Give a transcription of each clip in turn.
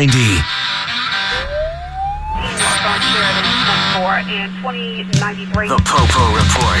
90. Microphone share that is meant for in 2093. The Popo Report.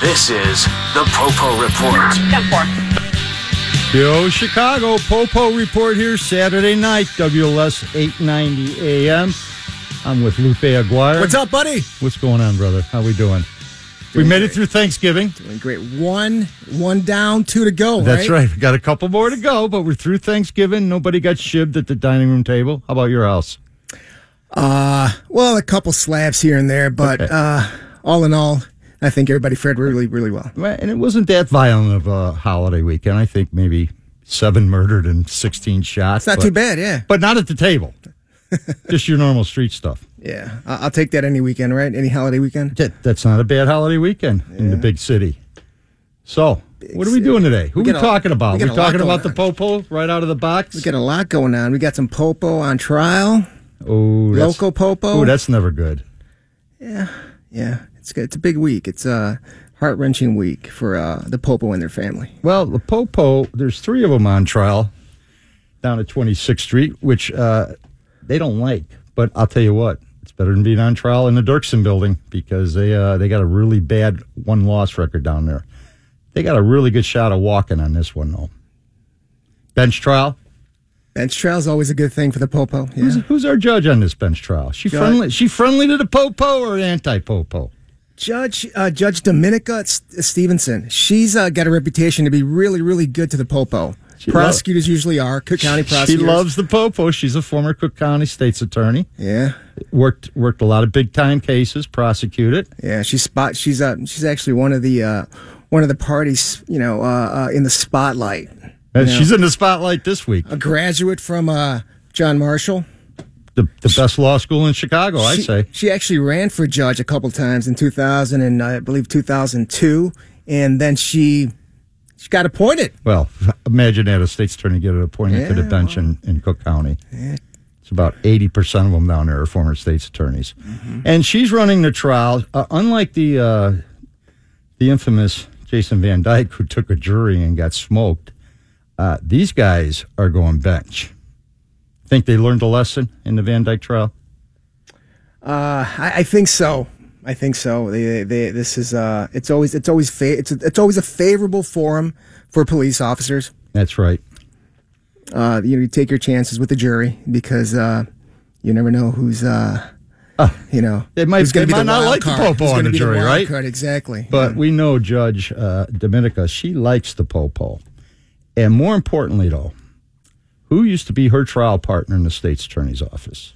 This is the Popo Report. 10 4. Yo, Chicago Popo Report here Saturday night, WLS 890 AM. I'm with Lupe Aguirre. What's up, buddy? What's going on, brother? How we doing? we Doing made it great. through Thanksgiving. Doing great. One, one down, two to go. That's right. We got a couple more to go, but we're through Thanksgiving. Nobody got shibbed at the dining room table. How about your house? Well, a couple slabs here and there, but Okay. uh, all in all, I think everybody fared really, really well. Well, And it wasn't that violent of a holiday weekend. I think maybe seven murdered and 16 shot. It's not but- too bad, yeah, But not at the table. Just your normal street stuff. yeah. I- I'll take that any weekend, right? Any holiday weekend. That, that's not a bad holiday weekend in the big city. So, what are we city. doing today? Who We are we got a- talking about? we We got are a lot talking about the going popo right out of the box. We got a lot going on. We got some popo on trial, oh, that's, local popo. oh, that's never good. yeah, it's good. It's a big week. It's a heart wrenching week for uh, the popo and their family. Well, the popo, there's three of them on trial down at 26th Street, which uh, they don't like. But I'll tell you what, it's better than being on trial in the Dirksen building because they uh, they got a really bad one loss record down there. They got a really good shot of walking on this one though. Bench trial, Bench trial is always a good thing for the popo. Yeah. Who's, who's our judge on this bench trial? She Judge- friendly? She friendly to the popo or anti popo? Judge uh, Judge Dominica S- Stevenson. She's uh, got a reputation to be really, really good to the popo. She prosecutors usually are. Cook County She prosecutors. loves the popo. She's a former Cook County state's attorney. Yeah, Worked worked a lot of big time cases. Prosecuted. yeah. She's spot. She's uh, She's actually one of the uh, one of the parties. You know, uh, uh, in the spotlight. And Yeah. Uh, She's in the spotlight this week. A graduate from uh, John Marshall. The, the best law school in Chicago, Oh, I she, say. She actually ran for judge a couple times in 2000 and I believe 2002, and then she she got appointed. Well, imagine that a state's attorney get appointed to the Yeah, bench in, in Cook County. It's about 80% of them down there are former state's attorneys. And she's running the trial. Uh, unlike the, uh, the infamous Jason Van Dyke, who took a jury and got smoked, uh, these guys are going bench. Think they learned a lesson in the Van Dyke trial? I, I think so. I think so. They, they, they, this is uh, it's always it's always fa- it's it's always a favorable forum for police officers. That's right. Uh, you know, you take your chances with the jury because uh, you never know who's uh, you know, They might- who's gonna they might not wild like the card. popo Who's on gonna the be jury, wild right? Card, exactly. But we know Judge uh, Dominica, she likes the popo. And more importantly, though, who used to be her trial partner in the state's attorney's office?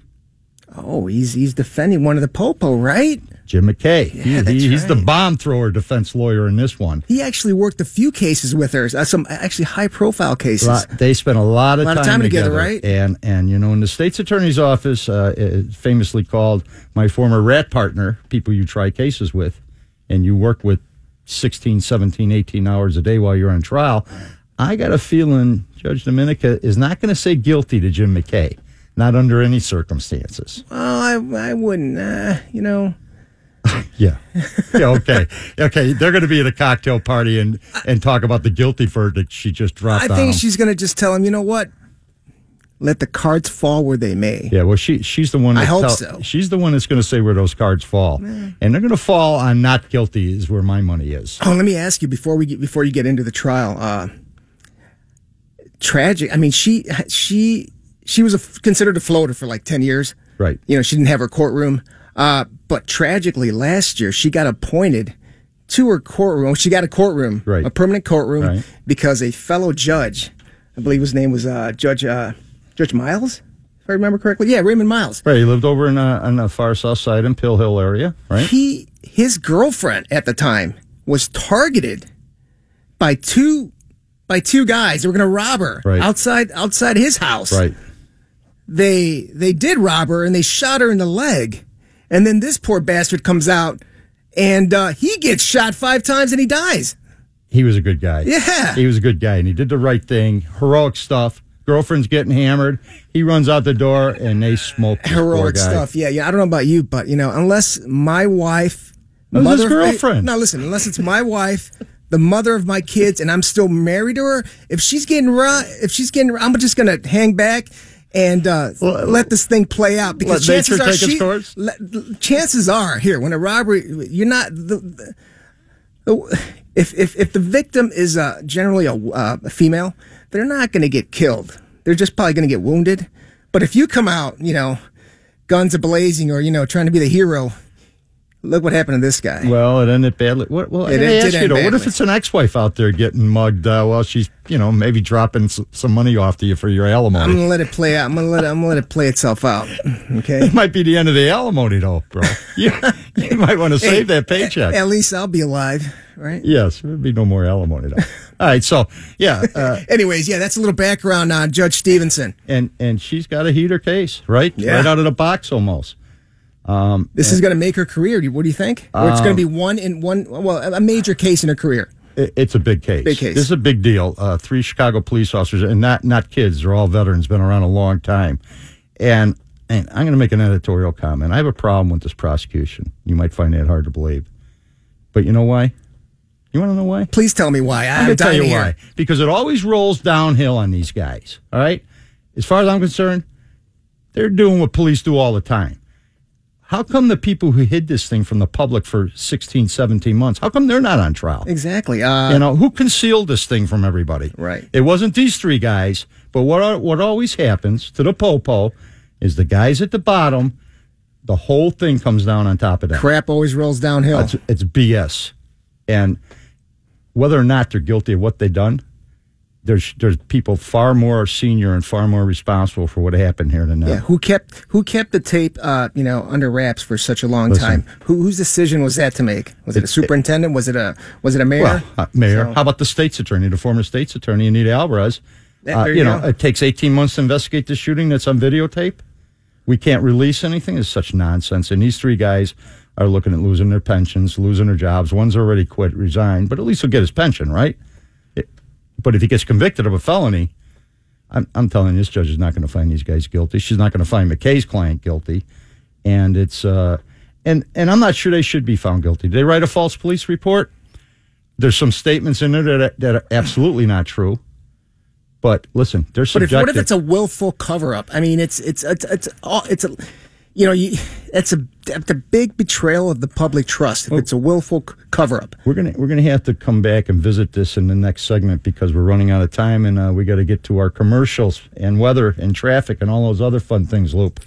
oh, he's he's defending one of the popo, right? Jim McKay. He- Yeah, that's he- He's the right. bomb thrower defense lawyer in this one. He actually worked a few cases with her, uh, some actually high profile cases. Lot- they spent a lot of, Lot of time together, right? And and you know, in the state's attorney's office, uh, it famously called my former rat partner, people you try cases with, and you work with 16, 17, 18 hours a day while you're on trial. I got a feeling Judge Dominica is not going to say guilty to Jim McKay, not under any circumstances. Oh, I I wouldn't, uh, you know. Yeah. Yeah. Okay. okay. They're going to be at a cocktail party and and talk about the guilty verdict she just dropped. I on him. think she's gonna just tell him, you know what? Let the cards fall where they may. Yeah, well, she she's the one. I that hope so. She's the one that's going to say where those cards fall, and they're going to fall on not guilty is where my money is. Oh, let me ask you before we get, before you get into the trial. Uh, tragic. I mean, she she she was a, considered a floater for like ten years. Right. You know, she didn't have her courtroom. Uh, but tragically, last year she got appointed to her courtroom. She got a courtroom, Right. a permanent courtroom, Right. because a fellow judge, I believe his name was uh, Judge uh, Judge Miles, if I remember correctly. Yeah, Raymond Miles. Right, he lived over in uh, on the far south side in Pill Hill area, right? he his girlfriend at the time was targeted by two by two guys that were going to rob her Right. outside outside his house. Right. they they did rob her and they shot her in the leg, and then this poor bastard comes out and uh, he gets shot five times and he dies. He was a good guy. Yeah. He was a good guy and he did the right thing. Heroic stuff. Girlfriend's getting hammered. He runs out the door and they smoke this poor Heroic guy. stuff. Yeah, yeah. I don't know about you, but you know, unless my wife, That was his girlfriend. No, listen. Unless it's my wife. The mother of my kids, and I'm still married to her. If she's getting ru- if she's getting, I'm just gonna hang back and uh, Well, let this thing play out because let nature chances are take its she- course? le- chances are here when a robbery, you're not the, the if if if the victim is uh, generally a, uh, a female, they're not going to get killed. They're just probably going to get wounded. But if you come out, you know, guns a blazing, or you know, trying to be the hero, look what happened to this guy. Well, it ended badly. What, well, It I did ask you end though, what if badly. it's an ex-wife out there getting mugged uh, while she's, you know, maybe dropping s- some money off to you for your I'm alimony? gonna let it play out. I'm gonna let it, I'm gonna let it play itself out. Okay. It might be the end of the alimony, though, bro. you, you might want to save that paycheck. At least I'll be alive, right? yes, there'd be no more alimony, though. All right, so yeah, uh, Anyways, yeah, that's a little background on Judge Stevenson. and and she's got to heat her case, right? Yeah. Right out of the box, almost. This is going to make her career. What do you think? or it's going to be Um, one in one, well, a major case in her career. It- It's a big case. Big case. This is a big deal. Uh, three Chicago police officers, and not not kids. They're all veterans, been around a long time. And and I'm going to make an editorial comment. I have a problem with this prosecution. You might find that hard to believe, but you know why? You want to know why? Please tell me why. I'm I'm, going to tell dying you to hear. why. Because it always rolls downhill on these guys. All right. As far as I'm concerned, they're doing what police do all the time. How come the people who hid this thing from the public for 16, 17 months? How come they're not on trial? Exactly. Uh, you know who concealed this thing from everybody Right. it wasn't these three guys but what al- what always happens to the popo is the guys at the bottom the whole thing comes down on top of that crap always rolls downhill. it's, it's bs and whether or not they're guilty of what they done there's there's people far more senior and far more responsible for what happened here than them. yeah, who kept who kept the tape, uh, you know, under wraps for such a long Listen. time? Who, whose decision was that to make? Was it a superintendent? Was it a was it a mayor? Well, uh, mayor. So- How about the state's attorney, the former state's attorney, Anita Alvarez? Yeah, Uh, there you you know, go. it takes 18 months to investigate the shooting that's on videotape. We can't release anything. It's such nonsense. And these three guys are looking at losing their pensions, losing their jobs. One's already quit, resigned, but at least he'll get his pension, right? It- but if he gets convicted of a felony, I'm, I'm telling you, this judge is not going to find these guys guilty. She's not going to find McKay's client guilty, and it's uh, and and I'm not sure they should be found guilty. Did they write a false police report? There's some statements in there that are, that are absolutely not true. But listen, they're But if, subjective. what if it's a willful cover up? I mean, it's it's it's it's all it's a, you know, you, it's a that's a big betrayal of the public trust. If it's a willful c- cover up, we're gonna we're gonna have to come back and visit this in the next segment because we're running out of time and uh, we got to get to our commercials and weather and traffic and all those other fun things. Loop.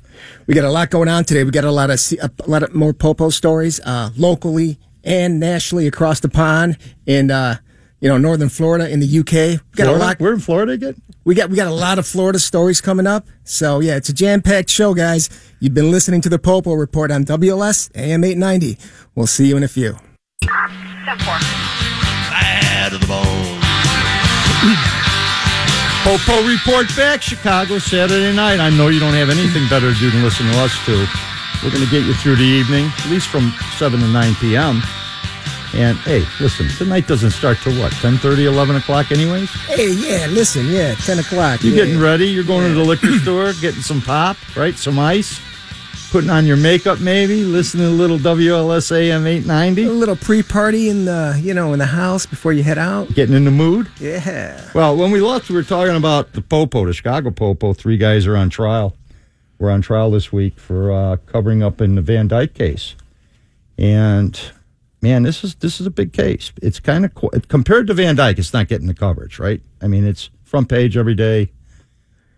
we got a lot going on today. We got a lot of se- a lot of more popo stories uh, locally and nationally across the pond in uh, you know northern Florida in the UK. We got Florida? a lot. We're in Florida again. We got we got a lot of Florida stories coming up. So yeah, it's a jam packed show, guys. You've been listening to the Popo Report on WLS AM eight ninety. We'll see you in a few. Step four. Bad of the bone. Popo Report back, Chicago, Saturday night. I know you don't have anything better to do than listen to us two. We're going to get you through the evening, at least from 7 to 9 p.m. And, hey, listen, the night doesn't start till what, 10.30, 11 o'clock anyways? Hey, yeah, listen, yeah, ten o'clock. You're yeah. getting ready. You're going to the liquor store, getting some pop, right? Some ice, putting on your makeup maybe, listening to a little WLSAM a 890, little pre party in the you know in the house before you head out. getting in the mood. Yeah, Well, when we left, we were talking about the Popo, the Chicago Popo. Three guys are on trial. We're on trial this week for uh, covering up in the Van Dyke case, and man, this is this is a big case. It's kind of qu- compared to Van Dyke, it's not getting the coverage, right? I mean, it's front page every day.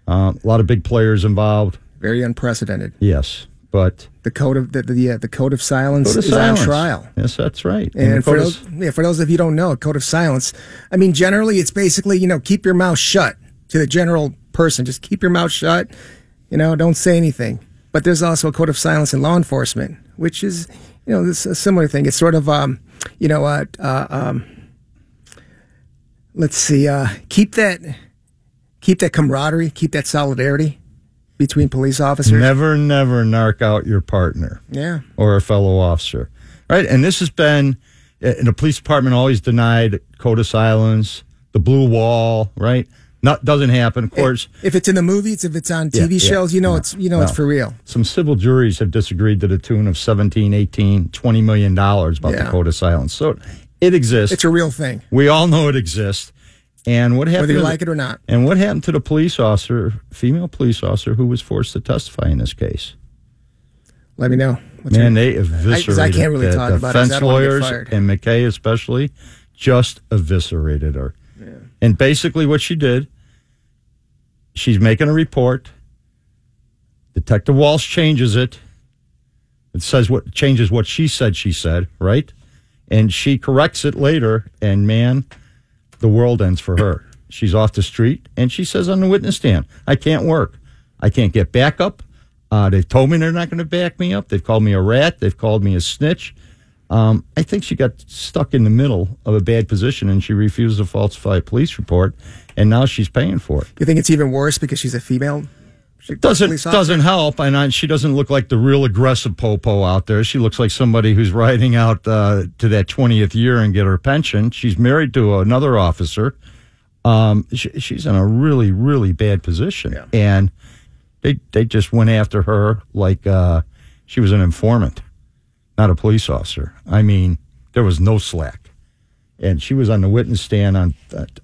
Uh, a lot of big players involved. very unprecedented. Yes, but The code of the the, uh, the code of silence Code of is silence. on trial. Yes, that's right. And, the for code of- those, yeah, for those of you who don't know, a code of silence. I mean, generally, it's basically you know keep your mouth shut to the general person. Just keep your mouth shut. You know, don't say anything. But there's also a code of silence in law enforcement, which is you know this a similar thing. It's sort of um you know uh, uh um let's see uh keep that keep that camaraderie, keep that solidarity. between police officers. Never, never narc out your partner Yeah. or a fellow officer. Right? And this has been, and the police department always denied code of silence, the blue wall, right? Not, doesn't happen. Of course, If it's in the movies, if it's on Yeah, TV yeah, shows, you know yeah, it's you know it's no. for real. some civil juries have disagreed to the tune of 17, 18, 20 million dollars about Yeah. the code of silence. So it exists. It's a real thing, we all know it exists. And what happened whether you to the- like it or not. And what happened to the police officer, female police officer, who was forced to testify in this case? Let me know. What's Man, your- they eviscerated I can't really the talk about it 'cause defense I don't wanna get lawyers fired. and McKay especially just eviscerated her. And basically, what she did, she's making a report. Detective Walsh changes it. It says what changes what she said. She said right, and she corrects it later. And man, the world ends for her. She's off the street, and she says on the witness stand, "I can't work. I can't get back up. Uh, they've told me they're not going to back me up. They've called me a rat. They've called me a snitch." Um, I think she got stuck in the middle of a bad position, and she refused to falsify a police report, and now she's paying for it. you think it's even worse because she's a female? She, Doesn't police officer? doesn't help, and I, she doesn't look like the real aggressive popo out there. She looks like somebody who's riding out uh, to that twentieth year and get her pension. She's married to another officer. Um, sh she's in a really really bad position, and they they just went after her like uh, she was an informant, not a police officer. I mean, there was no slack, and she was on the witness stand on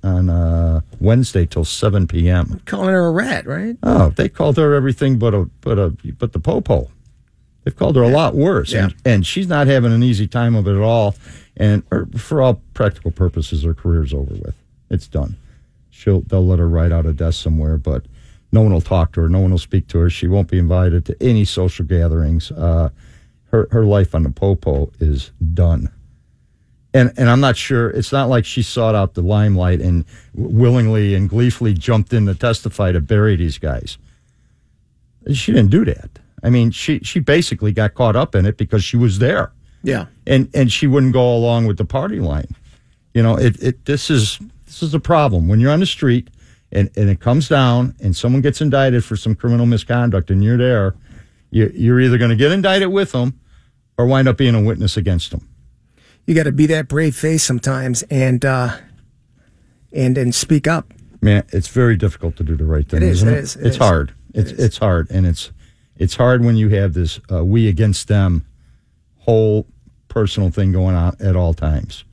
on uh, Wednesday till seven p.m. calling her a rat, right? Oh, they called her everything but a but a but the popo. They've called her a lot worse, and, and she's not having an easy time of it at all. And her, for all practical purposes, her career's over with. It's done. She'll they'll let her ride out a desk somewhere, but no one will talk to her. No one will speak to her. She won't be invited to any social gatherings. Uh, her her life on the popo is done and and I'm not sure. It's not like she sought out the limelight and w- willingly and gleefully jumped in to testify to bury these guys. She didn't do that. I mean, she she basically got caught up in it because she was there, Yeah. and and she wouldn't go along with the party line. You know, it, it this is this is a problem when you're on the street and and it comes down and someone gets indicted for some criminal misconduct and you're there, you, you're either going to get indicted with them or wind up being a witness against them. You got to be that brave face sometimes, and uh, and and speak up. man, it's very difficult to do the right thing. It is, isn't it is, it it's is. hard. It's is. it's hard, and it's it's hard when you have this uh, we against them whole personal thing going on at all times.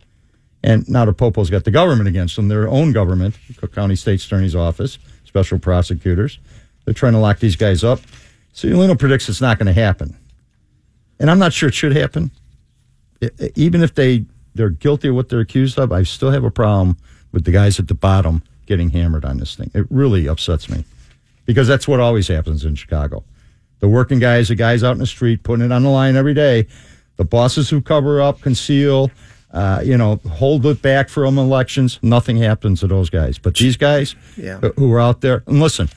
And now the Popo's got the government against them, their own government, Cook County State's Attorney's Office, special prosecutors. They're trying to lock these guys up. So Lino predicts it's not going to happen. And I'm not sure it should happen. E- e- Even if they, they're guilty of what they're accused of, I still have a problem with the guys at the bottom getting hammered on this thing. It really upsets me because that's what always happens in Chicago. The working guys, the guys out in the street, putting it on the line every day. The bosses who cover up, conceal, uh, you know, hold it back from elections. Nothing happens to those guys. But these guys Yeah. who- who are out there, and listen,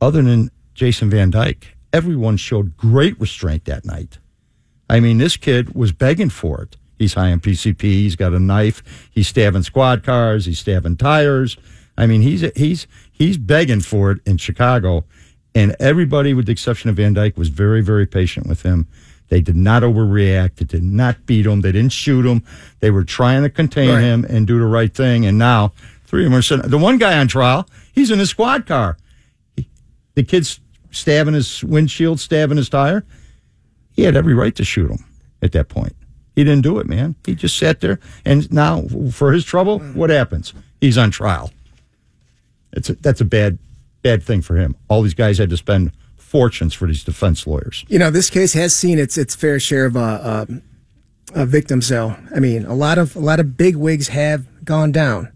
other than Jason Van Dyke, everyone showed great restraint that night. I mean, this kid was begging for it. He's high on PCP. He's got a knife. He's stabbing squad cars. He's stabbing tires. I mean, he's he's he's begging for it in Chicago, and everybody, with the exception of Van Dyke, was very very patient with him. They did not overreact. They did not beat him. They didn't shoot him. They were trying to contain Right. him and do the right thing. And now three of them are sitting. The one guy on trial, he's in his squad car. He- the kid's stabbing his windshield, stabbing his tire he had every right to shoot him at that point. He didn't do it, man. He just sat there, and now for his trouble, what happens? He's on trial. It's a, that's a bad, bad thing for him. All these guys had to spend fortunes for these defense lawyers. You know, this case has seen its its fair share of uh, uh, uh, victims. Though, I mean, a lot of a lot of big wigs have gone down.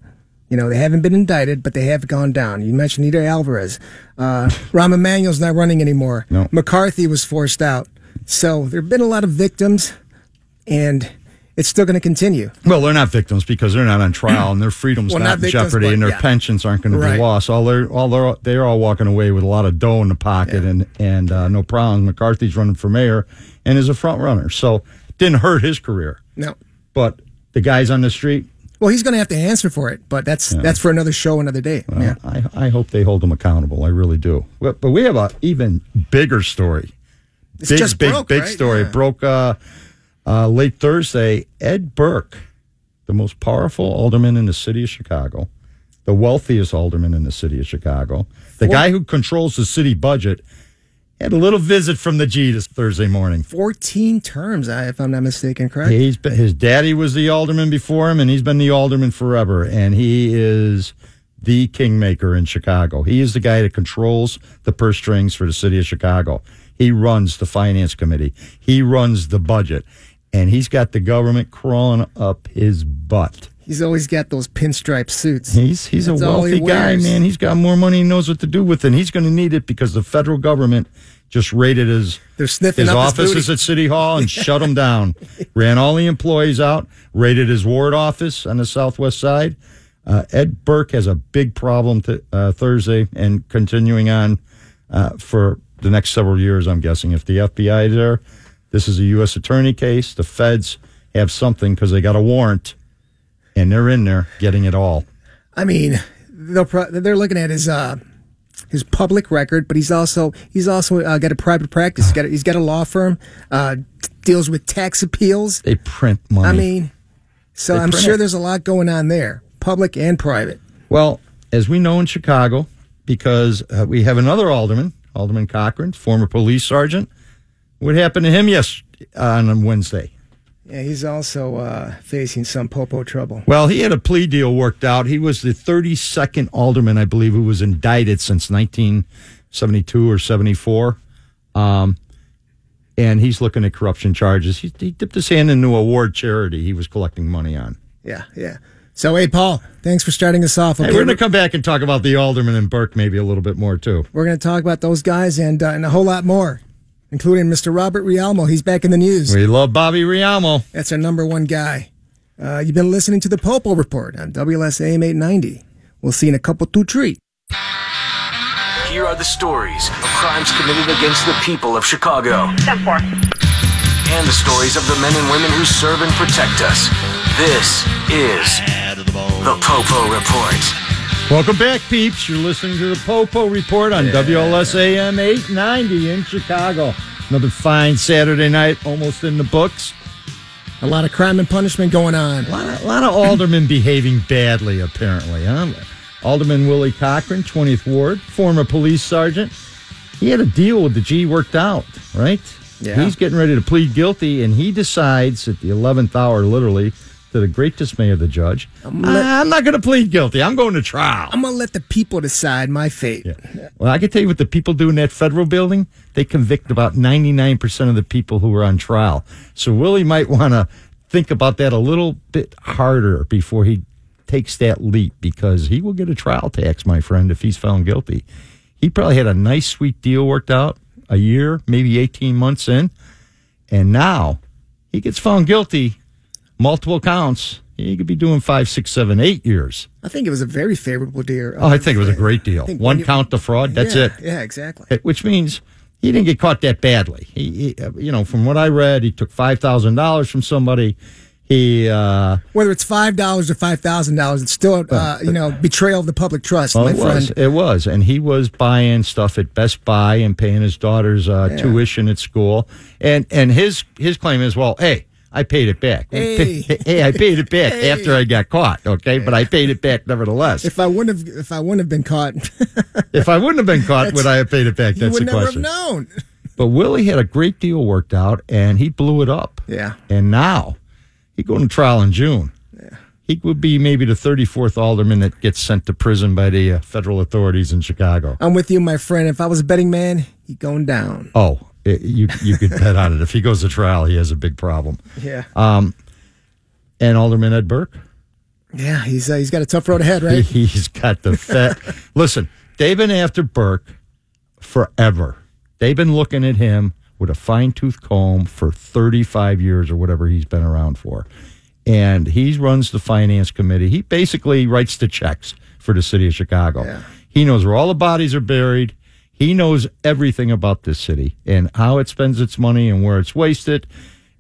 You know, they haven't been indicted, but they have gone down. You mentioned Nita Alvarez. Uh, Rahm Emanuel's not running anymore. No. McCarthy was forced out. So there have been a lot of victims, and it's still going to continue. Well, they're not victims because they're not on trial, and their freedom's Well, not, not in victims, jeopardy, but and their yeah. pensions aren't going to Right. be lost. All they're all they're they're all walking away with a lot of dough in the pocket, and and uh, no problem. McCarthy's running for mayor and is a front runner, so didn't hurt his career. No. But the guys on the street, Well, he's going to have to answer for it, but that's that's for another show, another day. yeah. I, I hope they hold them accountable. I really do. But, but we have a even bigger story. It's big, just big, broke, big right? story. Yeah. It broke uh, uh, late Thursday. Ed Burke, the most powerful alderman in the city of Chicago, the wealthiest alderman in the city of Chicago, the guy who controls the city budget, had a little visit from the G this Thursday morning. 14 terms, I- if I'm not mistaken, correct? He's been, his daddy was the alderman before him, and he's been the alderman forever. And he is the kingmaker in Chicago. He is the guy that controls the purse strings for the city of Chicago. He runs the finance committee. He runs the budget, and he's got the government crawling up his butt. He's always got those pinstripe suits. He's he's That's a all he wealthy guy, wears. man. He's got more money. He knows what to do with, it. and he's going to need it because the federal government just raided his They're sniffing his up his offices booty. at City Hall and shut him down. Ran all the employees out. Raided his ward office on the Southwest Side. Uh, Ed Burke has a big problem to, uh, Thursday and continuing on uh, for the next several years. I'm guessing if the FBI is there, this is a U.S. attorney case. The feds have something because they got a warrant, and they're in there getting it all. I mean, they'll pro- they're looking at his uh, his public record, but he's also he's also uh, got a private practice. He's got a, he's got a law firm. Uh, t- deals with tax appeals. They print money. I mean, so They I'm print sure it. there's a lot going on there, public and private. well, as we know in Chicago, because uh, we have another alderman, Alderman Cochran, former police sergeant. What happened to him yes on Wednesday? Yeah, he's also uh, facing some popo trouble. Well, he had a plea deal worked out. He was the 32nd alderman, I believe, who was indicted since 1972 or 74. Um, and he's looking at corruption charges. He, he dipped his hand into a ward charity he was collecting money on. Yeah, yeah. So, hey, Paul, thanks for starting us off. Hey, Okay, we're going to come back and talk about the alderman and Burke maybe a little bit more, too. We're going to talk about those guys and, uh, and a whole lot more, including Mr. Robert Rialmo. He's back in the news. We love Bobby Riamo. That's our number one guy. Uh, you've been listening to the Popo Report on WLSAM 890. We'll see you in a couple, two, three. Here are the stories of crimes committed against the people of Chicago Ten four. and the stories of the men and women who serve and protect us. This is Bad to the bone. the Popo Report. Welcome back, peeps. You're listening to the Popo Report on WLSAM 890 in Chicago. Another fine Saturday night, almost in the books. A lot of crime and punishment going on. A lot of, lot of aldermen behaving badly, apparently. Huh? Alderman Willie Cochran, 20th Ward, former police sergeant. He had a deal with the G worked out, right? Yeah. He's getting ready to plead guilty, and he decides at the 11th hour, literally, to the great dismay of the judge, I'm, I'm not going to plead guilty. I'm going to trial. I'm going to let the people decide my fate. Well, I can tell you what the people do in that federal building. They convict about 99% of the people who are on trial. So Willie might want to think about that a little bit harder before he takes that leap because he will get a trial tax, my friend, if he's found guilty. He probably had a nice, sweet deal worked out a year, maybe 18 months in. And now he gets found guilty, multiple counts. He could be doing five, six, seven, eight years. I think it was a very favorable deal. Oh, I think it was a great deal. think when One you- count to fraud. That's yeah, it Yeah, exactly. it- which means he didn't get caught that badly. He, he uh, you know, from what I read, he took five thousand dollars from somebody. He, uh, Whether it's $5 or $5,000, it's still, uh, you know, betrayal of the public trust, well, my it friend. was, it was, and he was buying stuff at Best Buy and paying his daughter's uh, tuition at school. And and his his claim is, well, hey, I paid it back. Hey. Hey, I paid it back after I got caught. Okay, but I paid it back nevertheless. If, If I wouldn't have, if I wouldn't have been caught, I wouldn't have been caught, would I have paid it back? you That's would the never have question. known. But Willie had a great deal worked out, and he blew it up. Yeah. And now he going to trial in June. Yeah. He would be maybe the 34th alderman that gets sent to prison by the uh, federal authorities in Chicago. I'm with you, my friend. If I was a betting man, he going down. Oh, it, you you could bet on it. If he goes to trial, he has a big problem. Yeah, And Alderman Ed Burke, yeah. He's uh, he's got a tough road ahead, he, right? he's got the fat. Listen, they've been after Burke forever. They've been looking at him with a fine tooth comb for 35 years or whatever he's been around for. And he runs the finance committee. He basically writes the checks for the city of Chicago. He knows where all the bodies are buried. He knows everything about this city and how it spends its money and where it's wasted.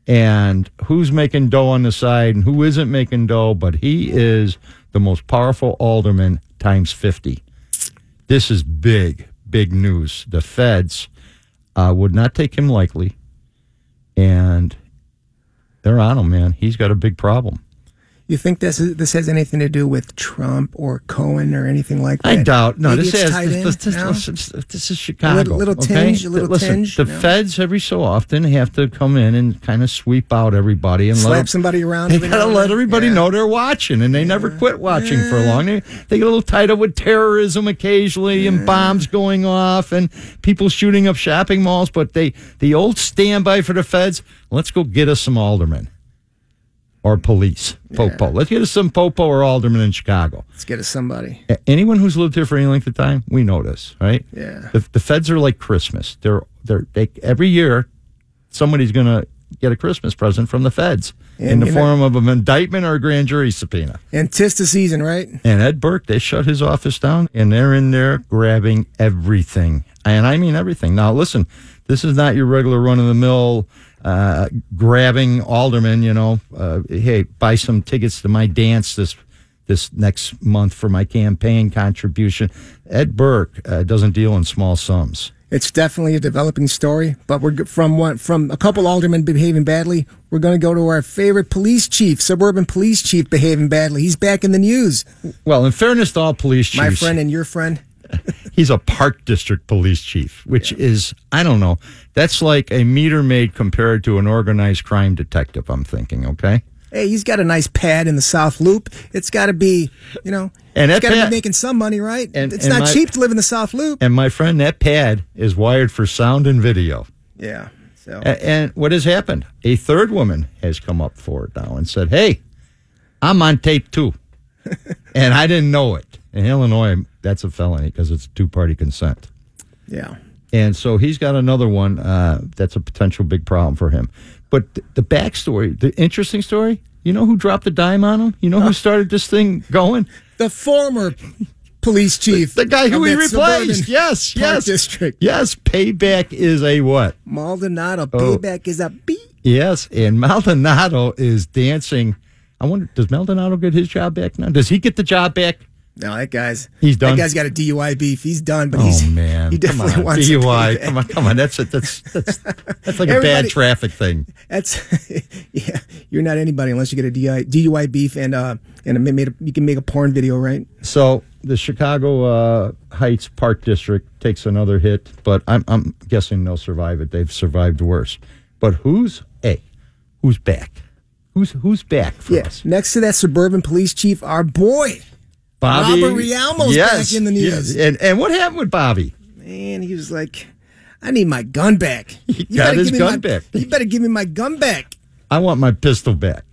and who's making dough on the side and who isn't making dough, but he is the most powerful alderman times 50. This is big, big news. The feds uh, would not take him lightly, and they're on him, man. He's got a big problem. You think this is, this has anything to do with Trump or Cohen or anything like that? I doubt. No, Maybe this it's is tied in this, this, now? this- this is Chicago. little okay? tinge, a little Listen, tinge, The no? feds every so often have to come in and kind of sweep out everybody and let Slap 'em- somebody around. They every gotta now and let then? everybody Yeah. know they're watching, and they never quit watching for long. They, they get a little tied up with terrorism occasionally, and bombs going off, and people shooting up shopping malls. But they the old standby for the feds. Let's go get us some aldermen or police popo. Let's get us some popo or aldermen in Chicago. Let's get us somebody. A- anyone who's lived here for any length of time, we know this, right? Yeah. The, the feds are like Christmas. They're they're they, every year, somebody's gonna get a Christmas present from the feds in And the you know- form of an indictment or a grand jury subpoena. And tis the season, right? And Ed Burke, they shut his office down, and they're in there grabbing everything, and I mean everything. Now listen, this is not your regular run of the mill. Uh, grabbing aldermen, you know, uh, hey, buy some tickets to my dance this this next month for my campaign contribution. Ed Burke uh, doesn't deal in small sums. It's definitely a developing story, but we're g- from one from a couple aldermen behaving badly. We're going to go to our favorite police chief, suburban police chief behaving badly. He's back in the news, Well, in fairness to all police chiefs, my friend and your friend. he's a park district police chief, which is I don't know. That's like a meter maid compared to an organized crime detective. I'm thinking, okay. Hey, he's got a nice pad in the South Loop. It's got to be, you know, And it's that got to pad- be making some money, right? And- it's and not my- cheap to live in the South Loop. And my friend, that pad is wired for sound and video. Yeah. So A- And what has happened? A third woman has come up for it now and said, "Hey, I'm on tape too," and I didn't know it. In Illinois, that's a felony because it's two-party consent. yeah. And so he's got another one uh, that's a potential big problem for him. But th- the backstory, the interesting story, you know who dropped the dime on him? You know who started this thing going? The former police chief, The guy who of he that suburban replaced. Yes, park yes. district Yes, payback is a what? Maldonado. Oh. Payback is a beat. Yes, and Maldonado is dancing. I wonder, does Maldonado get his job back now? Does he get the job back? No, that guy's He's done? That guy's got a DUI beef. He's done, but he's Oh man! he definitely come on, wants a DUI. payback. Come on, come on. That's a, that's that's that's like a bad Everybody- traffic thing. That's yeah. You're not anybody unless you get a DUI, DUI beef and uh and a, made a, you can make a porn video, right? So the Chicago uh, Heights Park District takes another hit, but I'm, I'm guessing they'll survive it. They've survived worse. But who's a? Who's back? Who's who's back for Yes. us? Next to that suburban police chief, our boy. Bobby Robert Rialmo's back in the news. yes. And and what happened with Bobby? Man, he was like, "I need my gun back. He got his gun back. You better give me my gun back." I want my pistol back.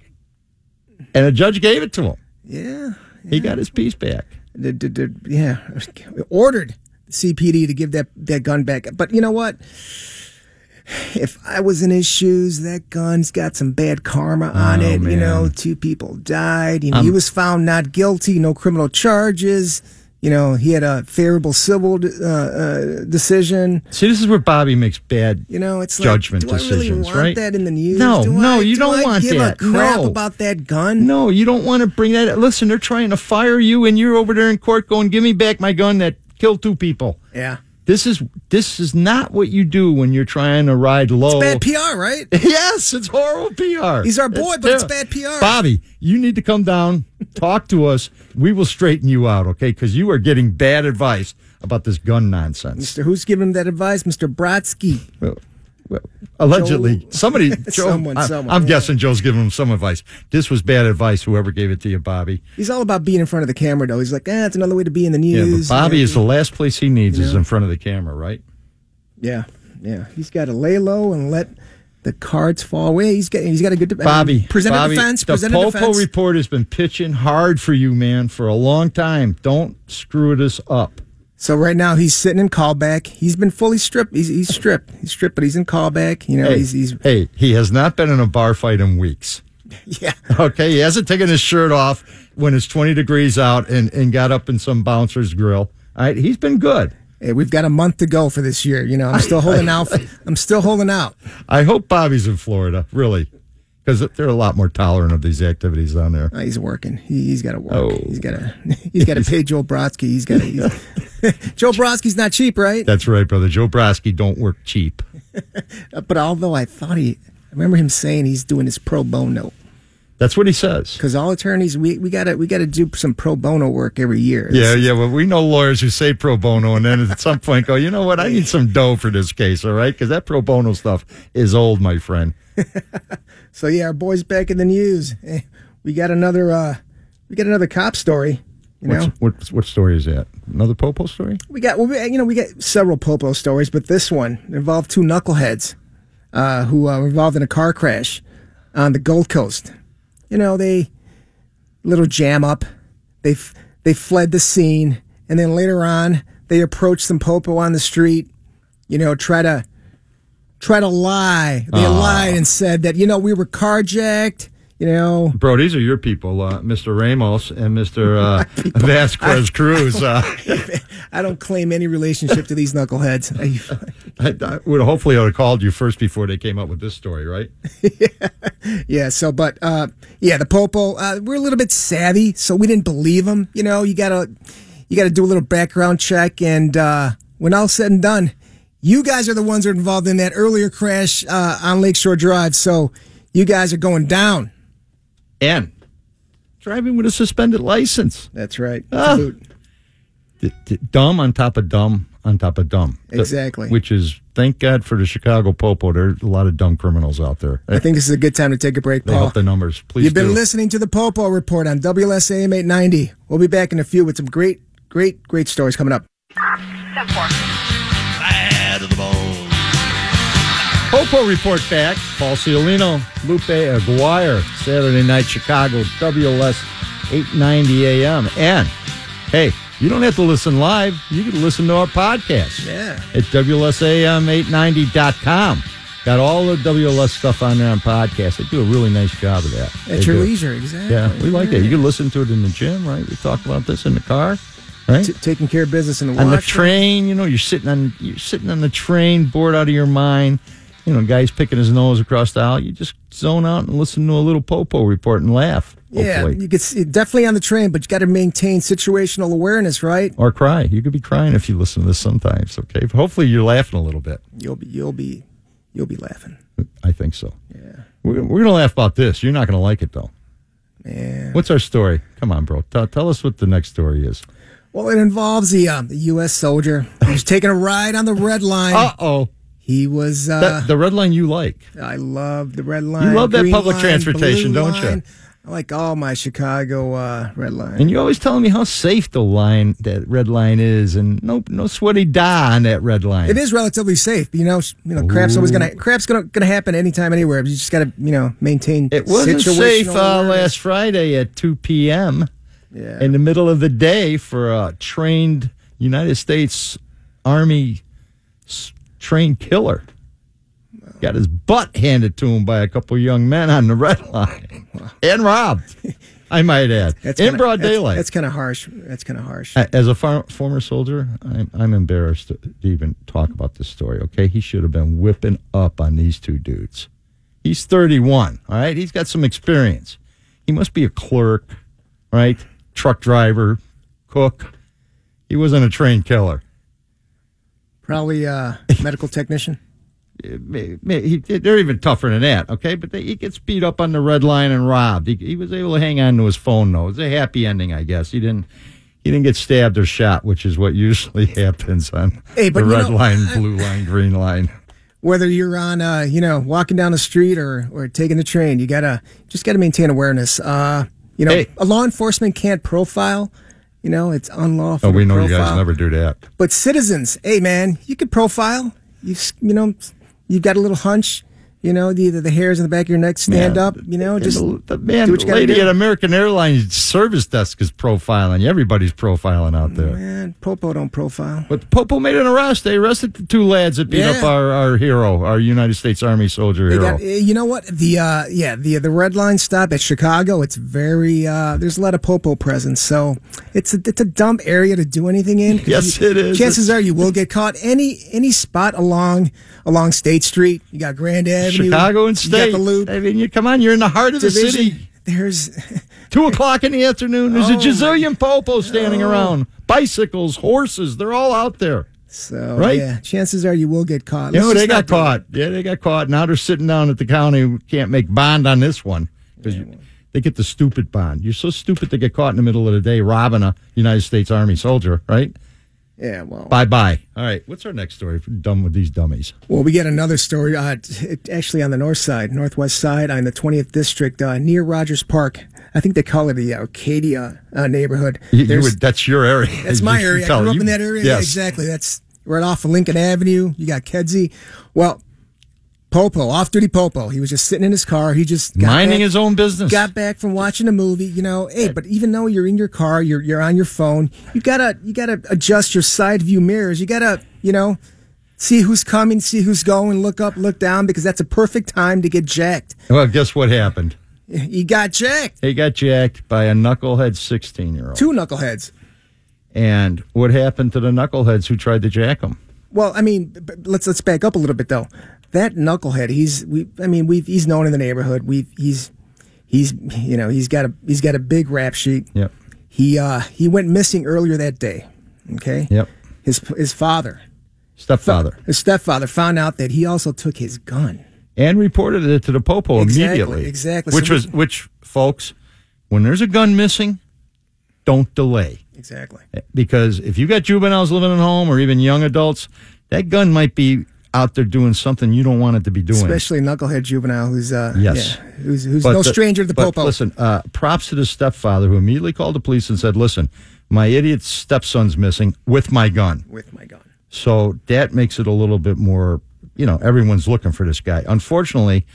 And a judge gave it to him. Yeah. He got his piece back. the, the, the, yeah, ordered CPD to give that, that gun back. But you know what? If I was in his shoes, that gun's got some bad karma on it. You know, Oh, man. Um, two people died. You know, he was found not guilty, no criminal charges. You know, he had a favorable civil uh, uh, decision. See, this is where Bobby makes bad You know, it's judgment like, do I really decisions, want right? that in the news? No, do no, I, you do don't I want give that. A crap No. about that gun. No, you don't want to bring that. Listen, they're trying to fire you, and you're over there in court going, "Give me back my gun that killed two people." Yeah, This is this is not what you do when you're trying to ride low. bad PR, right? yes, it's horrible PR. He's our boy, but it's bad PR. Bobby, you need to come down, talk to us. We will straighten you out, okay? Because you are getting bad advice about this gun nonsense. Mister, who's giving him that advice, Mister Brodsky? Well, well, Allegedly, Joe- somebody, Joe, Someone, I, someone, I'm yeah. guessing Joe's giving him some advice. This was bad advice, whoever gave it to you, Bobby. He's all about being in front of the camera, though. He's like, ah, it's another way to be in the Yeah, news. but Bobby you know? is the last place he needs is in front of the camera, right? Yeah, yeah. He's got to lay low and let the cards fall away. He's got. He's got a good. I mean, Bobby, presented Bobby, defense. The Presented Popo defense. report has been pitching hard for you, man, for a long time. Don't screw this up. so right now he's sitting in callback. He's been fully stripped. He's, he's stripped. He's stripped, but he's in callback. You know, Hey, he's, he's hey, he has not been in a bar fight in weeks. yeah. Okay, he hasn't taken his shirt off when it's 20 degrees out and, and got up in some bouncer's grill. All right, he's been good. Hey, we've got a month to go for this year. You know, I'm still holding out. I'm still holding out. I hope Bobby's in Florida, really. because they're a lot more tolerant of these activities down there. Oh, he's working. He, he's got to work. Oh. He's got to. He's got to pay Joel Brodsky. He's got to. Joel Brodsky's not cheap, right? That's right, brother. Joe Brosky don't work cheap. Uh, But although I thought he, I remember him saying he's doing this pro bono That's what he says. because all attorneys we we gotta we gotta do some pro bono work every year. Yeah, yeah. Well, we know lawyers who say pro bono and then at some point go, you know what? I need some dough for this case, all right? Because that pro bono stuff is old, my friend. So yeah, our boys back in the news. Eh, We got another uh we got another cop story. You know, What's, what, what story is that? Another Popo story? we got well, we, you know we got several Popo stories, but this one involved two knuckleheads uh, who uh, were involved in a car crash on the Gold Coast. You know, they little jam up. They f- they fled the scene, and then later on they approached some Popo on the street. You know, try to try to lie. They lied and said that you know we were carjacked. You know, Bro, these are your people, uh, Mr. Ramos and Mr. Uh, Vasquez Cruz. Uh, I don't claim any relationship to these knuckleheads. I- I, I would hopefully I would have called you first before they came up with this story, right? yeah. So, but uh, yeah, the Popo, uh, we're a little bit savvy, so we didn't believe him. You know, you gotta you gotta do a little background check, and uh, when all said and done, you guys are the ones that are involved in that earlier crash uh, on Lakeshore Drive. So, you guys are going down. And driving with a suspended license. That's right. Ah. D- d- dumb on top of dumb on top of dumb. Th- Exactly. which is, thank God for the Chicago Popo. There are a lot of dumb criminals out there. I think this is a good time to take a break, They Paul. help the numbers. Please You've been do. listening to the Popo Report on WLSAM 890. We'll be back in a few with some great, great, great stories coming up. 10-4. Bad to the bone. Popo report back. Paul Ciolino, Lupe Aguirre, Saturday night, Chicago, WLS 890 AM. And hey, you don't have to listen live. You can listen to our podcast. Yeah. At WLSAM890.com. Got all the WLS stuff on there on podcast. They do a really nice job of that. They At your do. leisure, exactly. Yeah, we like that. You can listen to it in the gym, right? We talk about this in the car, right? T- taking care of business in the on the washroom. train. You know, you're sitting on you're sitting on the train, bored out of your mind. You know, guys picking his nose across the aisle. You just zone out and listen to a little popo report and laugh. Yeah, Hopefully. you could see, definitely on the train, but you got to maintain situational awareness, right? or cry. You could be crying if you listen to this sometimes. Okay, but hopefully you're laughing a little bit. You'll be, you'll be, you'll be laughing. I think so. Yeah, we're, we're gonna laugh about this. You're not gonna like it though. Yeah. What's our story? Come on, bro. Tell tell us what the next story is. Well, it involves the, um, the U.S. soldier. He was taking a ride on the red line. Uh oh, He was. Uh, the red line you like. I love the red line. love that green public line, transportation, blue don't you? line. I like all my Chicago uh, red line. And you're always telling me how safe the line that red line is, and no no sweaty die on that red line. it is relatively safe, you know. sh- You know, crap's always gonna crap's gonna gonna happen anytime, anywhere. You just gotta, you know, maintain. It wasn't situational safe uh, awareness. last Friday at 2 p.m. Yeah. in the middle of the day for a trained United States Army s- trained killer. Got his butt handed to him by a couple young men on the red line and robbed, I might add, That's in kinda- broad that's- daylight. That's kind of harsh. That's kind of harsh. A- As a far, former soldier, I'm, I'm embarrassed to even talk about this story, okay? He should have been whipping up on these two dudes. He's 31, all right? He's got some experience. He must be a clerk, right? Truck driver, cook. He wasn't a trained killer. Probably uh, medical technician. It may- may- he- They're even tougher than that, okay? But they, he gets beat up on the red line and robbed. He, he was able to hang on to his phone, though. It's a happy ending, I guess. He didn't. He didn't get stabbed or shot, which is what usually happens on Hey, but the you red know- line, blue line, green line. Whether you're on, uh, you know, walking down the street or or taking the train, you gotta just gotta maintain awareness. Uh, you know, Hey. a law enforcement can't profile. You know, it's unlawful. Oh, to we know you guys profile. never do that. But citizens, hey man, you could profile. You s- you know, you've got a little hunch. You know, the the, the hairs in the back of your neck stand Man, up. You know, and just the, the man, do what the you gotta lady do. at American Airlines service desk is profiling. you. Everybody's profiling out there. man, Popo don't profile. But Popo made an arrest. They arrested the two lads that beat Yeah. up our, our hero, our United States Army soldier They hero. got- uh, you know what? The uh, yeah, the the red line stop at Chicago. It's very uh, there's a lot of popo presence, so it's a, it's a dumb area to do anything in. 'cause Yes, you- it is. Chances are you will get caught any any spot along along State Street. You got Grand Ave. Avenue, Chicago and State. You got the loop. I mean, you come on, you're in the heart of the Division. city. There's Two o'clock in the afternoon, there's a Oh, gazillion popo standing around. Bicycles, horses, they're all out there. so Right. yeah. Chances are you will get caught. You know, Let's they got just not caught. Yeah, they got caught. Now they're sitting down at the county. We can't make bond on this one because they get the stupid bond. You're so stupid to get caught in the middle of the day robbing a United States Army soldier, right? do- Yeah. Well. Bye bye. All right. What's our next story? We're done with these dummies. Well, we get another story. Uh, t- it- actually, on the north side, northwest side, on the 20th district, uh, near Rogers Park. I think they call it the Arcadia uh, neighborhood. You, you There's- would, that's your area. that's my area. I grew up in that area. Yes. Exactly. That's right off of Lincoln Avenue. You got Kedzie. Well, Popo, off-duty Popo. He was just sitting in his car. He just got Minding back- his own business. Got back from watching a movie, you know. Hey, but even though you're in your car, you're you're on your phone. You gotta you gotta adjust your side view mirrors. You gotta you know see who's coming, see who's going, look up, look down, because that's a perfect time to get jacked. Well, guess what happened? You got jacked. He got jacked by a knucklehead 16 year old. Two knuckleheads. And what happened to the knuckleheads who tried to jack him? Well, I mean, b- b- let's let's back up a little bit though. That knucklehead, he's we. I mean, we've he's known in the neighborhood. We've he's he's you know he's got a he's got a big rap sheet. Yep. He uh he went missing earlier that day. Okay. Yep. His his father, Stepfather. his stepfather, found out that he also took his gun. and reported it to the popo Exactly, immediately. exactly. Which So- was which, folks. When there's a gun missing, don't delay Exactly. because if you got juveniles living at home or even young adults, that gun might be out there doing something you don't want it to be doing. Especially knucklehead juvenile who's uh Yes. yeah, who's who's But no the- stranger to the but popo. Listen, uh, props to the stepfather who immediately called the police and said, "Listen, my idiot stepson's missing with my gun." with my gun. So that makes it a little bit more, you know, everyone's looking for this guy. Unfortunately,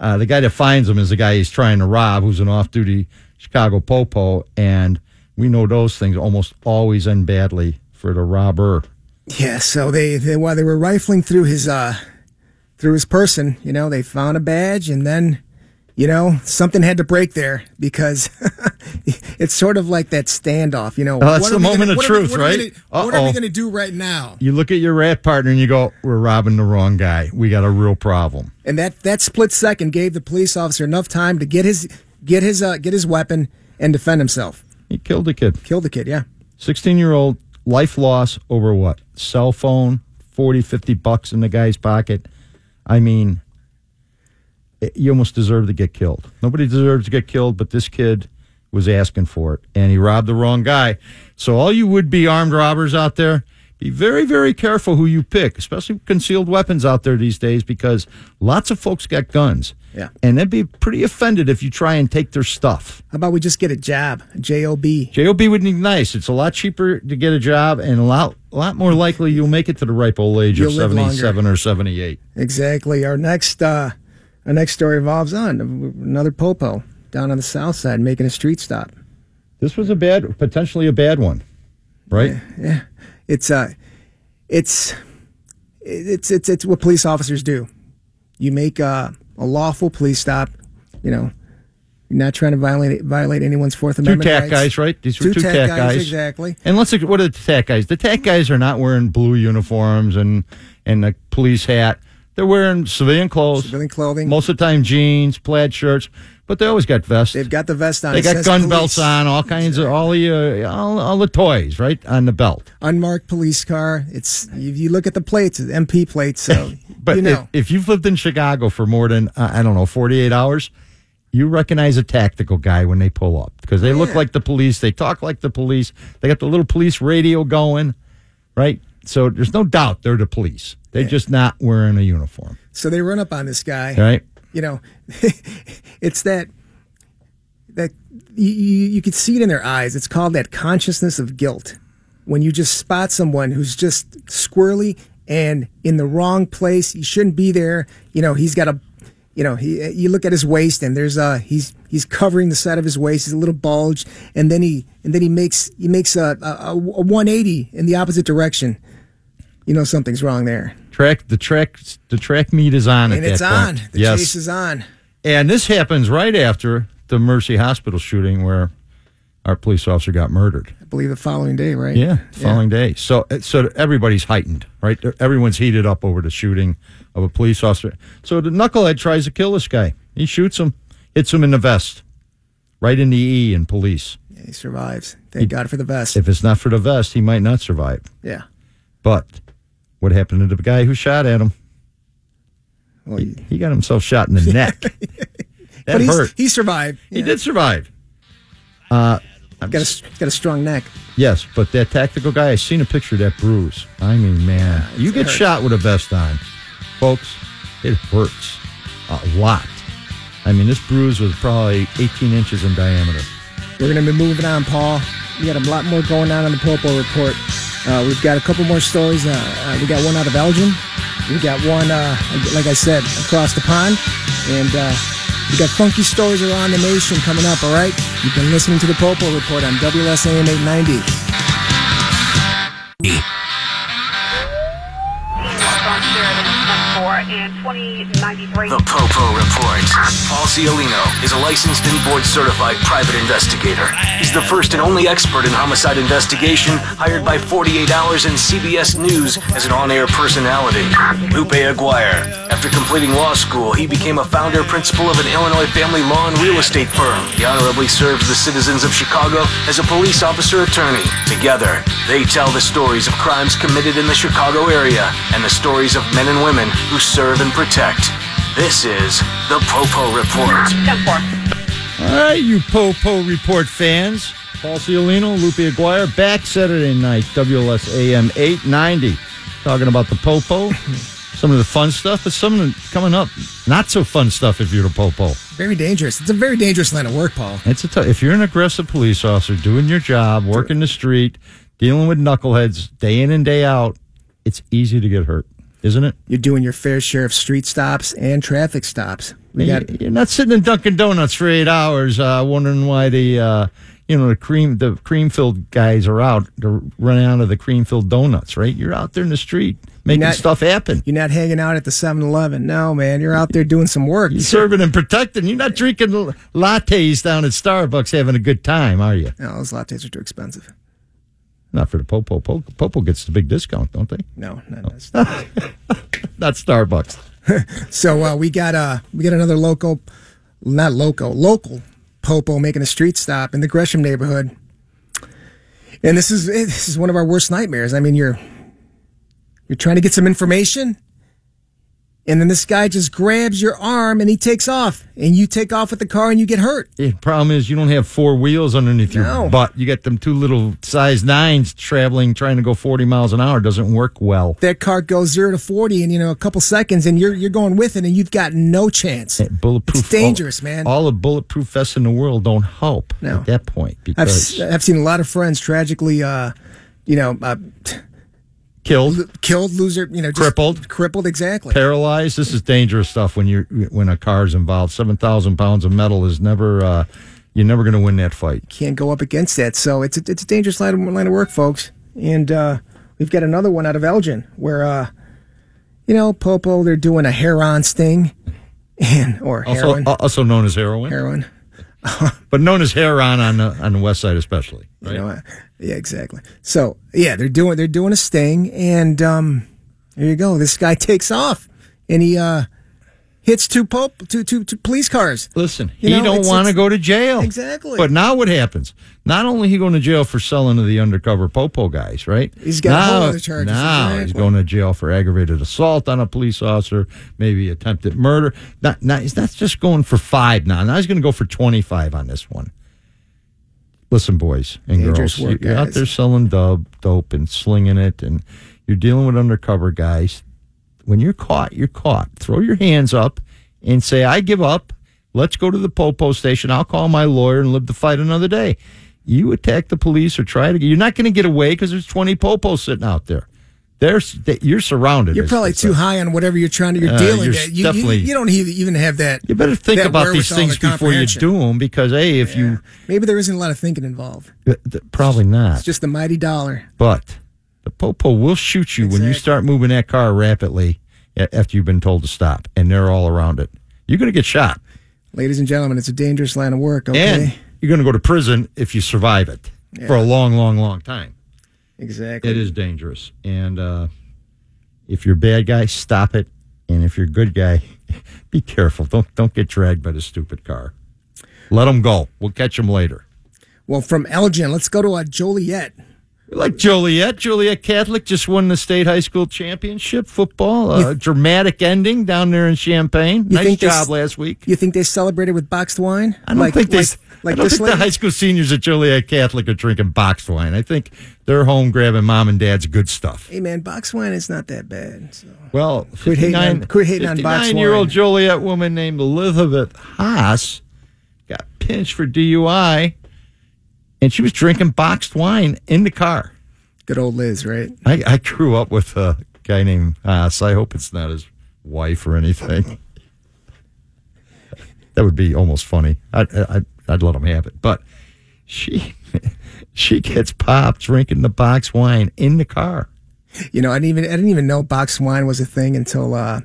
uh, the guy that finds him is the guy he's trying to rob, who's an off duty Chicago Popo. And we know those things almost always end badly for the robber. Yeah, so they, they while they were rifling through his uh through his person, you know, they found a badge and then you know, something had to break there because it's sort of like that standoff, you know. Oh, that's what the are we moment gonna- of what are we- truth, what are we right? gonna- What are we Uh-oh. going to do right now? You look at your rat partner and you go, We're robbing the wrong guy. We got a real problem. And that that split second gave the police officer enough time to get his get his uh, get his weapon and defend himself. He killed the kid. Kill the kid, yeah. 16 year old, life loss over what? Cell phone, 40, 50 bucks in the guy's pocket. I mean, it- you almost deserve to get killed. Nobody deserves to get killed, but this kid was asking for it, and he robbed the wrong guy. So, all you would be armed robbers out there, be very, very careful who you pick, especially with concealed weapons out there these days, because lots of folks got guns. Yeah. And they'd be pretty offended if you try and take their stuff. How about we just get a job, a job? JOB would be nice. It's a lot cheaper to get a job and a lot, lot more likely you'll make it to the ripe old age You'll live of longer. 77 or 78. Exactly. Our next uh, our next story revolves on another popo down on the south side making a street stop. This was a bad, potentially a bad one, right? Yeah, it's uh, it's it's it's it's what police officers do. You make uh, a lawful police stop. You know, you're not trying to violate violate anyone's Fourth Two Amendment. tack rights. guys, right? These were two, tack, guys. exactly. And let's look, what are the tack guys? The tack guys are not wearing blue uniforms and, and a police hat. They're wearing civilian clothes. Civilian clothing. Most of the time jeans, plaid shirts, but they always got vests. They've got the vest on. They It got says gun police. belts on, all kinds of, all the, uh, all, all the toys, right? On the belt. Unmarked police car. It's you, you look at the plates, it's MP plates. So But you know. if, if you've lived in Chicago for more than uh, I don't know, forty-eight hours, you recognize a tactical guy when they pull up because Oh, they look like the police, they talk like the police, they got the little police radio going, right? So there's no doubt they're the police. They're just not wearing a uniform, so they run up on this guy. right? you know it's that that you, you you could see it in their eyes it's called that consciousness of guilt when you just spot someone who's just squirrely and in the wrong place you shouldn't be there you know he's got a you know he you look at his waist and there's uh he's he's covering the side of his waist he's a little bulge and then he and then he makes he makes a a, a 180 in the opposite direction you know something's wrong there Track the track the track meet is on and at it's that on point. the yes, chase is on and this happens right after the Mercy Hospital shooting where our police officer got murdered. believe, the following day, right? Yeah, the following day. So uh, so everybody's heightened, right? Everyone's heated up over the shooting of a police officer. So the knucklehead tries to kill this guy. He shoots him, hits him in the vest, right in the E in police. Yeah, he survives. Thank God for the vest. If it's not for the vest, he might not survive. yeah. But what happened to the guy who shot at him? Well, He, he got himself shot in the neck. That but he's, hurt. he survived. He did survive. Uh, I'm Got s- a, got a strong neck. yes, but that tactical guy, I seen a picture of that bruise. I mean, man, you get hurts. shot with a vest on, folks. It hurts a lot. I mean, this bruise was probably 18 inches in diameter. We're going to be moving on, Paul. We got a lot more going on on the Popo Report. Uh, we've got a couple more stories. Uh, uh, we got one out of Belgium. We got one, uh, like I said, across the pond. And uh, we got funky stories around the nation coming up, all right? You've been listening to the Popo Report on WSAM 890. From Sheridan 10-4 in 2093. The Popo Report. Paul Ciolino is a licensed and board certified private investigator. He's the first and only expert in homicide investigation, hired by 48 Hours and CBS News as an on air personality. Lupe Aguirre. After completing law school, he became a founder principal of an Illinois family law and real estate firm. He honorably serves the citizens of Chicago as a police officer attorney. Together, they tell the stories of crimes committed in the Chicago area and the stories of men and women who serve and protect. This is the Popo Report. 10-4. All right, you Popo Report fans. Paul Ciolino, Lupe Aguirre, back Saturday night, WLSAM 890. Talking about the Popo, some of the fun stuff, but some of the coming up, not so fun stuff if you're the Popo. Very dangerous. It's a very dangerous line of work, Paul. It's a t- if you're an aggressive police officer doing your job, working the street, dealing with knuckleheads day in and day out, it's easy to get hurt, isn't it? You're doing your fair share of street stops and traffic stops. We got You- you're not sitting in Dunkin' Donuts for eight hours, uh, wondering why the uh, you know the cream the cream filled guys are out. They're running out of the cream filled donuts, right? You're out there in the street making not- stuff happen. you're not hanging out at the 7-Eleven. No, man, you're out there doing some work. You're serving and protecting. You're not drinking l- lattes down at Starbucks, having a good time, are you? No, those lattes are too expensive. Not for the Popo. Popo, Popo gets the big discount, don't they? No, not no. Not Starbucks. So uh, we got uh we got another local, not local, local popo making a street stop in the Gresham neighborhood. And this is eh, this is one of our worst nightmares. I mean, you're you're trying to get some information, and then this guy just grabs your arm and he takes off, and you take off with the car and you get hurt. The problem is you don't have four wheels underneath No. your butt. You got them two little size nines traveling, trying to go 40 miles an hour. Doesn't work well. That car goes zero to forty in you know a couple seconds, and you're you're going with it, and you've got no chance. bulletproof. It's dangerous, all- man. All the bulletproof vests in the world don't help No. at that point I've because s- uh, I've seen a lot of friends tragically, uh, you know, uh, killed, killed, loser, you know, just Crippled. crippled, exactly. paralyzed. This is dangerous stuff when you are when a car is involved. Seven thousand pounds of metal is never. Uh, you're never going to win that fight. Can't go up against that. So it's a, it's a dangerous line of, line of work, folks. And uh, we've got another one out of Elgin where, uh, you know, Popo they're doing a heron sting, and or Also, uh, heroin, also known as heroin, heroin. but known as heroin on the on the west side, especially. Right? You know, uh, yeah, exactly. So yeah, they're doing they're doing a sting, and um, there you go. This guy takes off, and he uh, hits two Pope two two two police cars. Listen, You he know, don't it's- want to it's- go to jail. Exactly. But now what happens? Not only he going to jail for selling to the undercover popo guys, right? He's got a now, whole other charges. Now he's Exactly. going to jail for aggravated assault on a police officer, maybe attempted murder. Not, not, he's not just going for five now. Now he's going to go for twenty five on this one. Listen, boys and Dangerous girls, work, you're out guys. there selling dub, dope and slinging it, and you're dealing with undercover guys when you're caught, you're caught. Throw your hands up and say, I give up. Let's go to the Popo station. I'll call my lawyer and live the fight another day. You attack the police or try to, you're not going to get away because there's 20 Popos sitting out there. There's, that- you're surrounded. You're is- probably is too that. high on whatever you're trying to. You're Uh, dealing you're that. You, definitely- you, you don't he- even have that. You better think that about these wherewithal, things the before you comprehension. do them because, hey, if you, Maybe there isn't a lot of thinking involved. th- th- probably not. It's just the mighty dollar. But the popo will shoot you when you Exactly. start moving that car rapidly a- after you've been told to stop, and they're all around it. You're going to get shot, Ladies and gentlemen, it's a dangerous line of work. Okay. and you're going to go to prison if you survive it. for a long, long, long time. Exactly. It is dangerous, and uh, if you're a bad guy, stop it. And if you're a good guy, be careful. Don't don't get dragged by the stupid car. Let them go. We'll catch them later. Well, from Elgin, let's go to uh, Joliet. Like Joliet, Joliet Catholic just won the state high school championship football. A dramatic ending down there in Champaign. Nice think they job s- last week. You think they celebrated with boxed wine? I don't Like- think they. like, I like don't this think the lady? high school seniors at Joliet Catholic are drinking boxed wine. I think they're home grabbing mom and dad's good stuff. Hey man, boxed wine is not that bad. So. Well, Quit hating on- quit hating on boxed year old wine. Joliet woman named Elizabeth Haas got pinched for DUI, and she was drinking boxed wine in the car. Good old Liz, right? I, I grew up with a guy named Haas. I hope it's not his wife or anything. that would be almost funny. I, I, I'd- I'd let him have it. But she she gets popped drinking the box wine in the car. You know, I didn't even I didn't even know boxed wine was a thing until uh,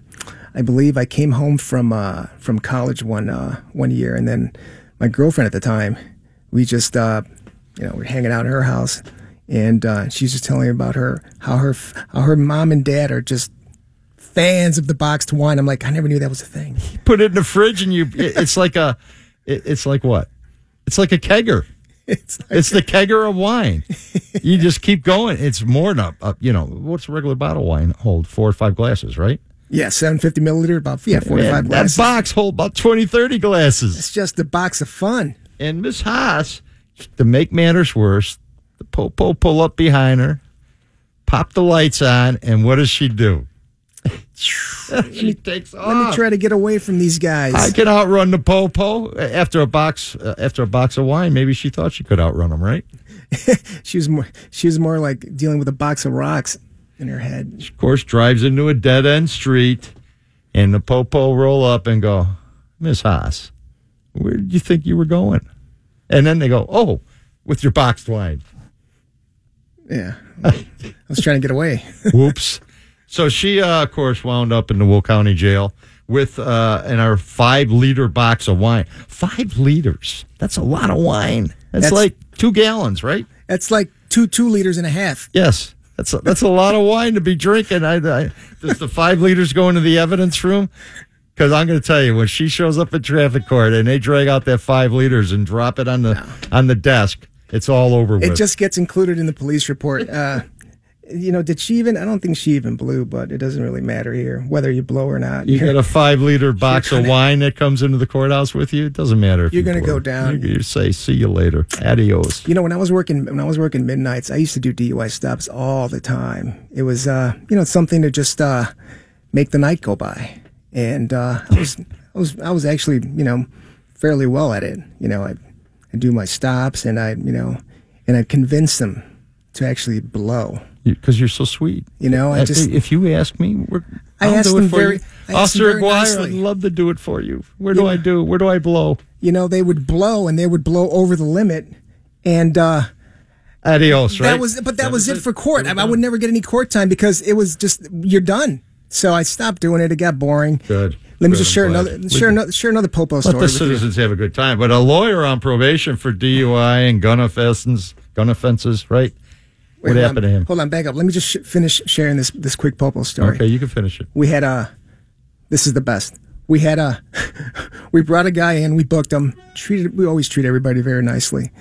I believe I came home from uh, from college one uh, one year, and then my girlfriend at the time, we just uh, you know we were hanging out at her house, and uh, she's just telling me about her how her f- how her mom and dad are just fans of the boxed wine. I'm like, I never knew that was a thing. Put it in the fridge and you. It, it's like a. It, it's like what? It's like a kegger. It's like, It's the kegger of wine. You just keep going. It's more than a, a- you know what's a regular bottle of wine hold four or five glasses, right? yeah, 750 milliliter, about yeah, 45 Man, glasses. That box hold about 20, 30 glasses. it's just a box of fun. And Miss Haas, to make matters worse, the popo pull up behind her, pop the lights on, and what does she do? she takes off. Let me try to get away from these guys. I can outrun the popo after a box uh, after a box of wine. Maybe she thought she could outrun him, right? She was more she was more like dealing with a box of rocks in her head. Of course, drives into a dead end street, and the popo roll up and go, Miss Haas, where did you think you were going? And then they go, oh, with your boxed wine. Yeah. I was trying to get away. Whoops. So she, uh, of course, wound up in the Will County Jail with uh, in our five liter box of wine. Five liters. That's a lot of wine. That's, That's- like two gallons, right? That's like two two liters and a half. Yes. That's a, that's a lot of wine to be drinking. I, I, does the five liters go into the evidence room? Because I'm going to tell you, when she shows up at traffic court and they drag out that five liters and drop it on the on the desk, it's all over It with. just gets included in the police report. Uh you know, did she even I don't think she even blew, but it doesn't really matter here whether you blow or not. You got a five liter box of gonna- wine that comes into the courthouse with you. It doesn't matter. If You're you gonna blow go it. down. You, you say, "See you later, adios." You know, when I was working when I was working midnights, I used to do DUI stops all the time. It was uh, you know, something to just uh make the night go by. And uh I was I was I was actually, you know, fairly well at it. You know, I I do my stops and I, you know, and I convince them to actually blow. Because you, are so sweet. You know, Oh, I Uh, just- if you ask me, we're, I I'll asked do it them for very- you. I asked them Officer very Aguirre, I'd nicely. love to do it for you. Where do I do? Where do I blow? You know, they would blow and they would blow over the limit and uh Adios. Right. That was, but that, was, it, for court. I, I would never get any court time because it was just you're done. So I stopped doing it. It got boring. Good. Let me Good, just I'm share glad. another, share another, share another popo Let story. the with you. citizens have a good time. But a lawyer on probation for DUI and gun offenses, gun offenses, right? Wait, what hold happened on. to him? Hold on, back up. Let me just sh- finish sharing this this quick popo story. Okay, you can finish it. We had a. This is the best. We had a. we brought a guy in. We booked him. Treated. We always treat everybody very nicely,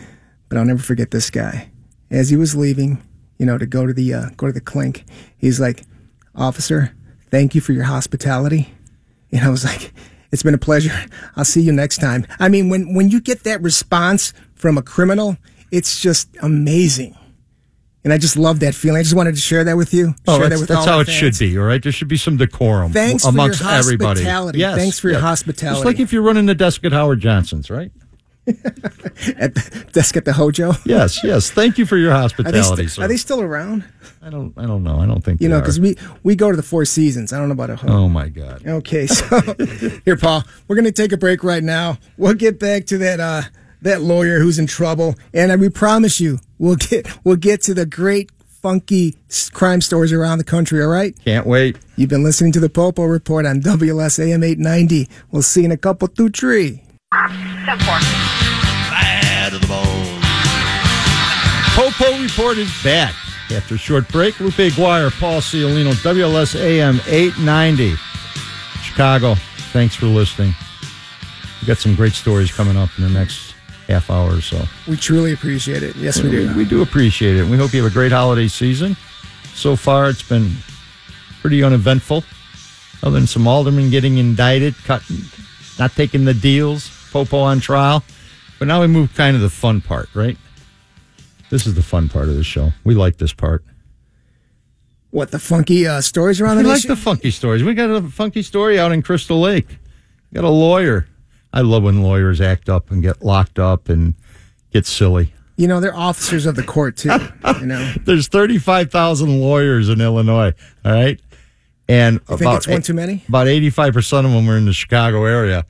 but I'll never forget this guy. As he was leaving, you know, to go to the uh, go to the clink, he's like, "Officer, thank you for your hospitality." And I was like, "It's been a pleasure. I'll see you next time." I mean, when when you get that response from a criminal, it's just amazing. And I just love that feeling. I just wanted to share that with you. Oh, share that's, that with that's all how our it should fans. be. All right, there should be some decorum Thanks for amongst your everybody. hospitality. Thanks for your hospitality. It's like if you're running the desk at Howard Johnson's, right? at the desk at the Hojo. Yes, yes. Thank you for your Are they, hospitality. st- sir. are they still around? I don't. I don't know. I don't think You they know, are. because we we go to the Four Seasons. I don't know about a Hojo. Oh my God! Okay, so here, Paul, we're gonna take a break right now. We'll get back to that uh that lawyer who's in trouble, and I, we promise you, we'll get we'll get to the great funky s- crime stories around the country. All right, Can't wait. you've been listening to the Popo Report on WLSAM 890. We'll see you in a couple, two, three. Ten four. Bad to the bone. Popo Report is back. After a short break, Lupe Aguirre, Paul Ciolino, WLS AM 890, Chicago. Thanks for listening. we got some great stories coming up in the next half hour or so. We truly appreciate it. Yes, we do. We do appreciate it. We hope you have a great holiday season. So far, it's been pretty uneventful, other than some aldermen getting indicted, cut, not taking the deals, Popo on trial. But now we move kind of the fun part, right? This is the fun part of the show. We like this part. What the funky uh, stories around We the like nation? the funky stories. We got a funky story out in Crystal Lake. We got a lawyer. I love when lawyers act up and get locked up and get silly. you know, they're officers of the court too. you know, There's 35,000 lawyers in Illinois. All right. And think about it's one too many? About 85% of them are in the Chicago area.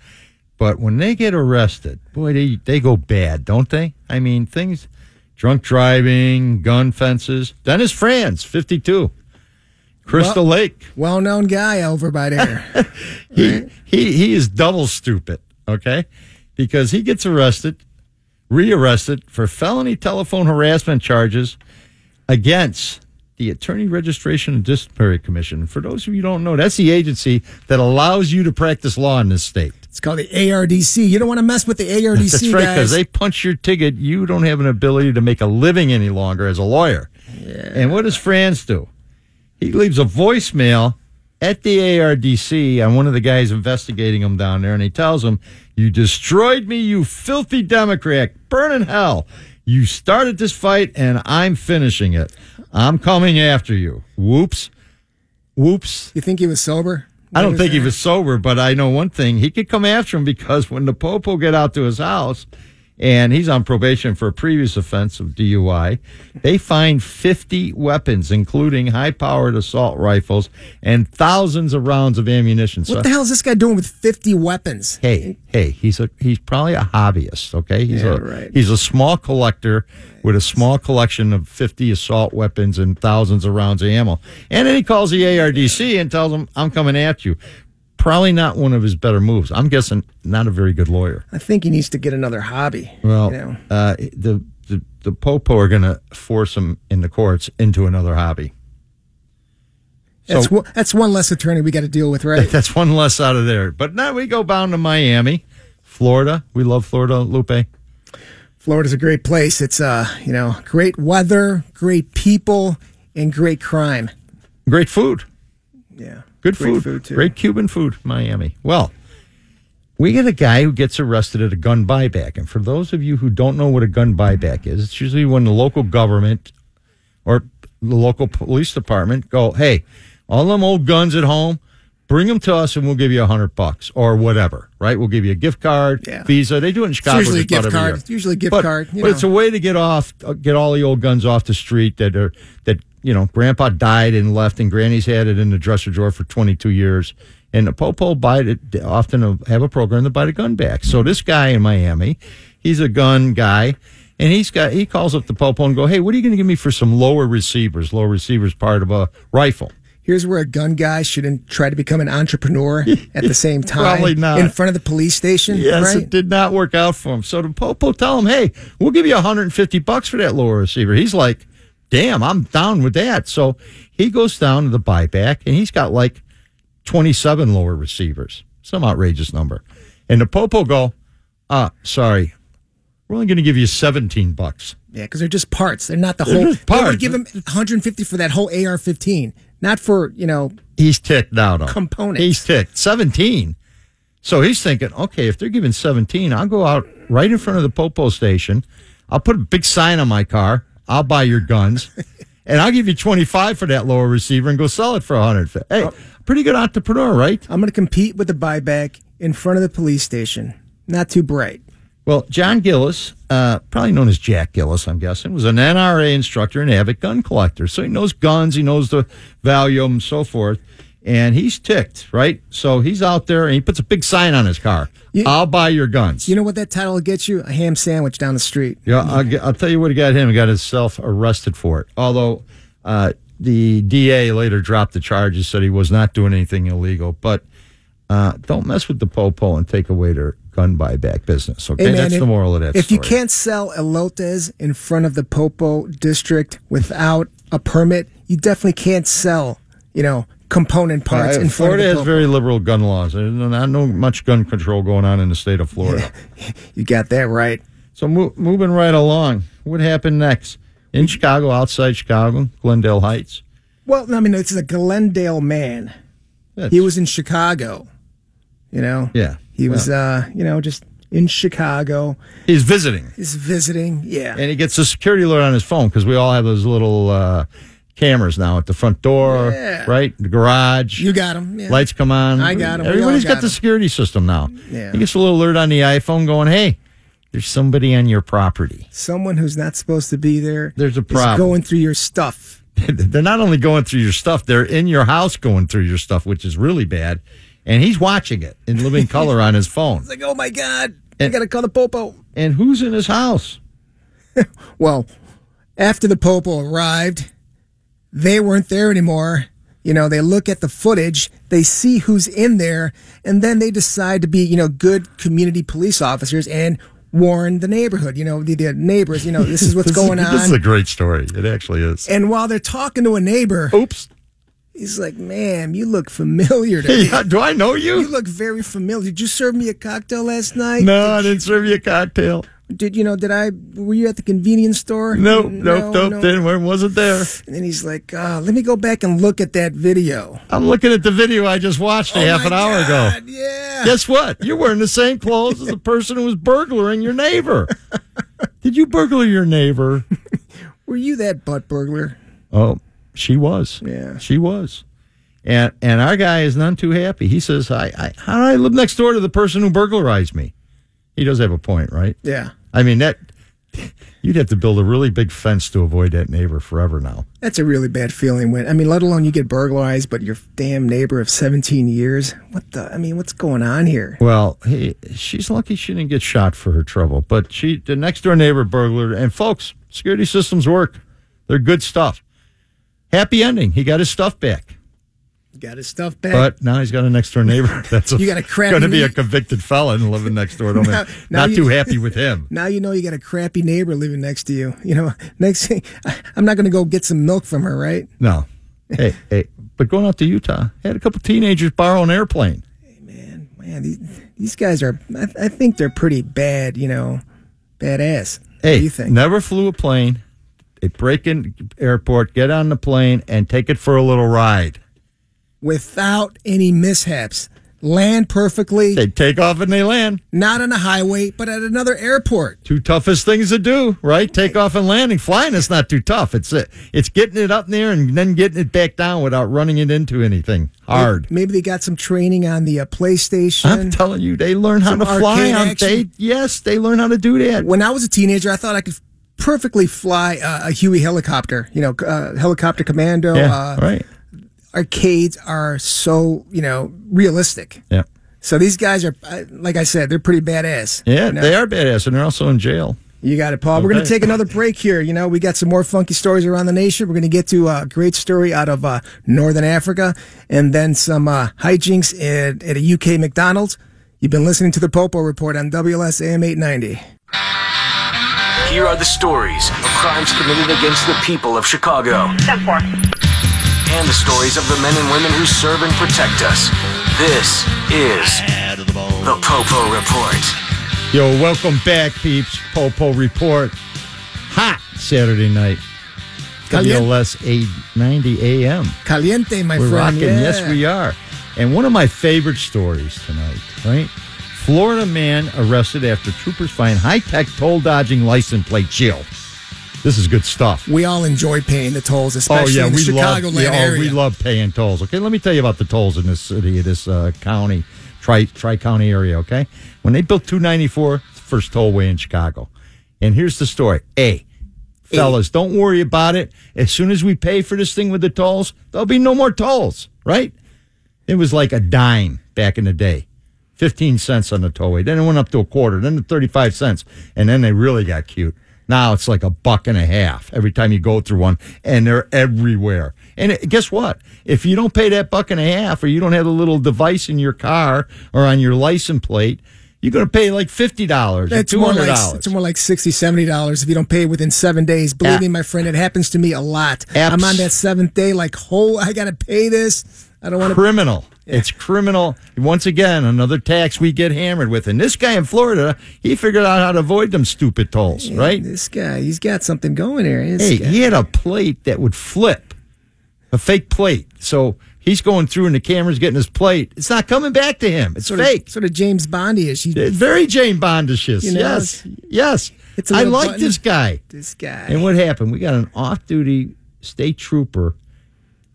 But when they get arrested, boy, they, they go bad, don't they? I mean, things drunk driving, gun fences. Dennis Franz, 52, Crystal Lake. well-known guy over by there. He, he, he is double stupid, okay? Because he gets arrested, rearrested for felony telephone harassment charges against the Attorney Registration and Disciplinary Commission. For those of you who don't know, that's the agency that allows you to practice law in this state. it's called the ARDC. You don't want to mess with the ARDC, That's right, guys. because they punch your ticket. You don't have an ability to make a living any longer as a lawyer. And what does Franz do? He leaves a voicemail at the ARDC on one of the guys investigating him down there, and he tells him, You destroyed me, you filthy Democrat. Burn in hell. You started this fight, and I'm finishing it. I'm coming after you. Whoops. Whoops. you think he was sober? I don't think he was sober, but I know one thing. He could come after him because when the Popo get out to his house and he's on probation for a previous offense of DUI, they find 50 weapons, including high powered assault rifles and thousands of rounds of ammunition. So, What the hell is this guy doing with 50 weapons? hey, hey, he's a, he's probably a hobbyist. Okay. He's Yeah, a, right. he's a small collector with a small collection of 50 assault weapons and thousands of rounds of ammo. And then he calls the ARDC and tells them, I'm coming at you. Probably not one of his better moves. I'm guessing not a very good lawyer. I think he needs to get another hobby. Well, you know? uh, the, the, the Popo are going to force him in the courts into another hobby. that's, one, that's one less attorney we got to deal with, right? That's one less out of there. But now we go bound to Miami, Florida. We love Florida, Lupe. Florida's a great place. It's, uh, you know, great weather, great people, and great crime. Great food. Yeah. Good Great food. food, too. Great Cuban food, Miami. Well, we get a guy who gets arrested at a gun buyback. And for those of you who don't know what a gun buyback is, it's usually when the local government or the local police department go, hey, all them old guns at home, bring them to us and we'll give you a hundred bucks or whatever, right? We'll give you a gift card, Yeah. Visa. They do it in Chicago. usually just a gift about every card. year. It's usually a gift But- card, you But it's a know. way to get off, uh, get all the old guns off the street that are that you know Grandpa died and left, and Granny's had it in the dresser drawer for 22 years. And the popo buy it they often have a program to buy the gun back. So this guy in Miami, he's a gun guy, and he's got he calls up the popo and go, hey, what are you going to give me for some lower receivers? Lower receivers part of a rifle. Here's where a gun guy shouldn't try to become an entrepreneur at the same time. Probably not. In front of the police station. Yes, right? it did not work out for him. So the Popo tell him, hey, we'll give you 150 bucks for that lower receiver. He's like, damn, I'm down with that. So he goes down to the buyback and he's got like 27 lower receivers, some outrageous number. And the Popo go, ah, sorry, we're only going to give you 17 bucks. Yeah, because they're just parts. They're not the whole. They just parts. would give him 150 for that whole AR-15, not for you know. He's ticked out on Components. He's ticked 17. So he's thinking, okay, if they're giving 17, I'll go out right in front of the Popo station. I'll put a big sign on my car. I'll buy your guns. and I'll give you 25 for that lower receiver and go sell it for 100. Hey, pretty good entrepreneur, right? I'm going to compete with the buyback in front of the police station. Not too bright. Well, John Gillis, uh, probably known as Jack Gillis, I'm guessing, was an NRA instructor and avid gun collector. So he knows guns, he knows the value of them, so forth. And he's ticked, right? So he's out there and he puts a big sign on his car I'll buy your guns. You know what that title will get you? A ham sandwich down the street. Yeah, I'll, g will tell you what he got him. He got himself arrested for it. Although uh, the DA later dropped the charges, said he was not doing anything illegal. But uh, don't mess with the popo and take away their gun buyback business. Okay, Hey, man, that's if- the moral of that. If you story. can't sell elotes in front of the Popo district without a permit, you definitely can't sell, you know, component parts Uh, in front Florida of has the Popo. very liberal gun laws. There's not no much gun control going on in the state of Florida. you got that right. So mo- moving right along, what happened next in Chicago, outside Chicago, Glendale Heights? Well, I mean, it's a Glendale man. That's- He was in Chicago, you know. Yeah. He was, Well. uh, you know, just in Chicago. he's visiting, He's visiting. Yeah. and he gets a security alert on his phone because we all have those little uh, cameras now at the front door, Yeah. right? The garage. you got him. Yeah. Lights come on. I got 'em. We all Everybody's got, got the 'em. security system now. Yeah. He gets a little alert on the iPhone going, hey, there's somebody on your property. Someone who's not supposed to be there. There's a is problem. going through your stuff. they're not only going through your stuff, they're in your house going through your stuff, which is really bad. And he's watching it in living color on his phone. It's like, oh my God, I And- gotta call the Popo. And who's in his house? Well, after the Popo arrived, they weren't there anymore. You know, they look at the footage, they see who's in there, and then they decide to be, you know, good community police officers and warn the neighborhood, you know, the, the neighbors, you know, this is what's This- going This is a on. great story. It actually is. And while they're talking to a neighbor, Oops. he's like, ma'am, you look familiar to me. Yeah, do I know You you? look very familiar. Did you serve me a cocktail last night? No, I didn't serve you a cocktail. Did you know? Did I? Were you at the convenience store? Nope, N- nope, nope. Then where wasn't there? And then he's like, uh, let me go back and look at that video. I'm looking at the video I just watched a Oh half an hour ago. Yeah. Guess what? You're wearing the same clothes as the person who was burglaring your neighbor. Did you burglar your neighbor? Were you that butt burglar? Oh, she was. Yeah. She was. And and our guy is none too happy. He says, I, I how do I live next door to the person who burglarized me? He does have a point, right? Yeah. I mean that you'd have to build a really big fence to avoid that neighbor forever now. That's a really bad feeling when, I mean, let alone you get burglarized, but your damn neighbor of 17 years. What the, I mean, what's going on here? Well, hey, she's lucky she didn't get shot for her trouble, but she the next door neighbor burglar and folks, security systems work. They're good stuff. Happy ending. He got his stuff back. Got his stuff back. But now he's got a next door neighbor that's Eh. You got a crappy going to be a neigh- convicted felon living next door to him. Now- and now not you- too happy with him. now you know you got a crappy neighbor living next to you. You know, next thing, I, I'm not going to go get some milk from her, right? No. Hey, hey. But going out to Utah, had a couple teenagers borrow an airplane. Man, man, these, these guys are, I, I think they're pretty bad, you know, badass. Hey, what do you think? never flew a plane. They break in airport, get on the plane, and take it for a little ride. without any mishaps. Land perfectly, They take off and they land. not on a highway, but at another airport. Two toughest things to do, right? Take off and landing. Flying is not too tough. It's uh, it's getting it up there and then getting it back down without running it into anything hard. Maybe they got some training on the uh, I'm PlayStation. telling you, they learn how Some to fly arcade on action. they yes, they learn how to do that. when I was a teenager, I thought I could perfectly fly uh, a Huey helicopter. You know, uh, helicopter commando. yeah, uh, right. Arcades are so you know realistic. Yeah. So these guys are, uh, like I said, they're pretty badass. Yeah, you know? they are badass and they're also in jail. You got it, Paul. We're going Okay. to take another break here. You know, we got some more funky stories around the nation. We're going to get to a great story out of uh, Northern Africa and then some uh, hijinks at, at a UK McDonald's. You've been listening to the Popo Report on WLSAM 890. Here are the stories of crimes committed against the people of Chicago Ten four. and the stories of the men and women who serve and protect us. This is Add to the bone. the Popo Report. Yo, welcome back, peeps. Popo Report. Hot Saturday night. Caliente. WLS 890 AM. Caliente, my We're friend. rocking. Yes, we are. And one of my favorite stories tonight, right? Florida man arrested after troopers find high tech toll dodging license plate shield. This is good stuff. We all enjoy paying the Oh, tolls, especially in the Chicagoland yeah, oh, area. we love paying tolls. Okay, let me tell you about the tolls in this city, this uh, county, tri tri county area. Okay, when they built 294, it's the first tollway in Chicago, and here's the story: A, fellas, don't worry about it. As soon as we pay for this thing with the tolls, there'll be no more tolls. Right? It was like a dime back in the day. 15 cents on the tollway. Then it went up to a quarter, then to 35 cents. And then they really got cute. Now it's like a buck and a half every time you go through one, and they're everywhere. And it- guess what? If you don't pay that buck and a half, or you don't have a little device in your car or on your license plate, You're going to pay like fifty dollars, It's two more, hundred like, it's dollars. more like 60 $70 if you don't pay it within seven days. Believe Yeah. me, my friend, it happens to me a lot. Abs- I'm on that seventh day, like, oh, I got to pay this. I don't want to. Criminal. It's criminal. Once again, another tax we get hammered with. And this guy in Florida, he figured out how to avoid them stupid tolls, right? This guy, he's got something going here. This Hey, guy. he had a plate that would flip, a fake plate. So he's going through, and the camera's getting his plate. It's not coming back to him. It's sort fake. Of, sort of James Bondy is. He, It's very Jane Bondishes. You know, yes, yes. it's a I little like button. this guy. this guy. And what happened? We got an off-duty state trooper.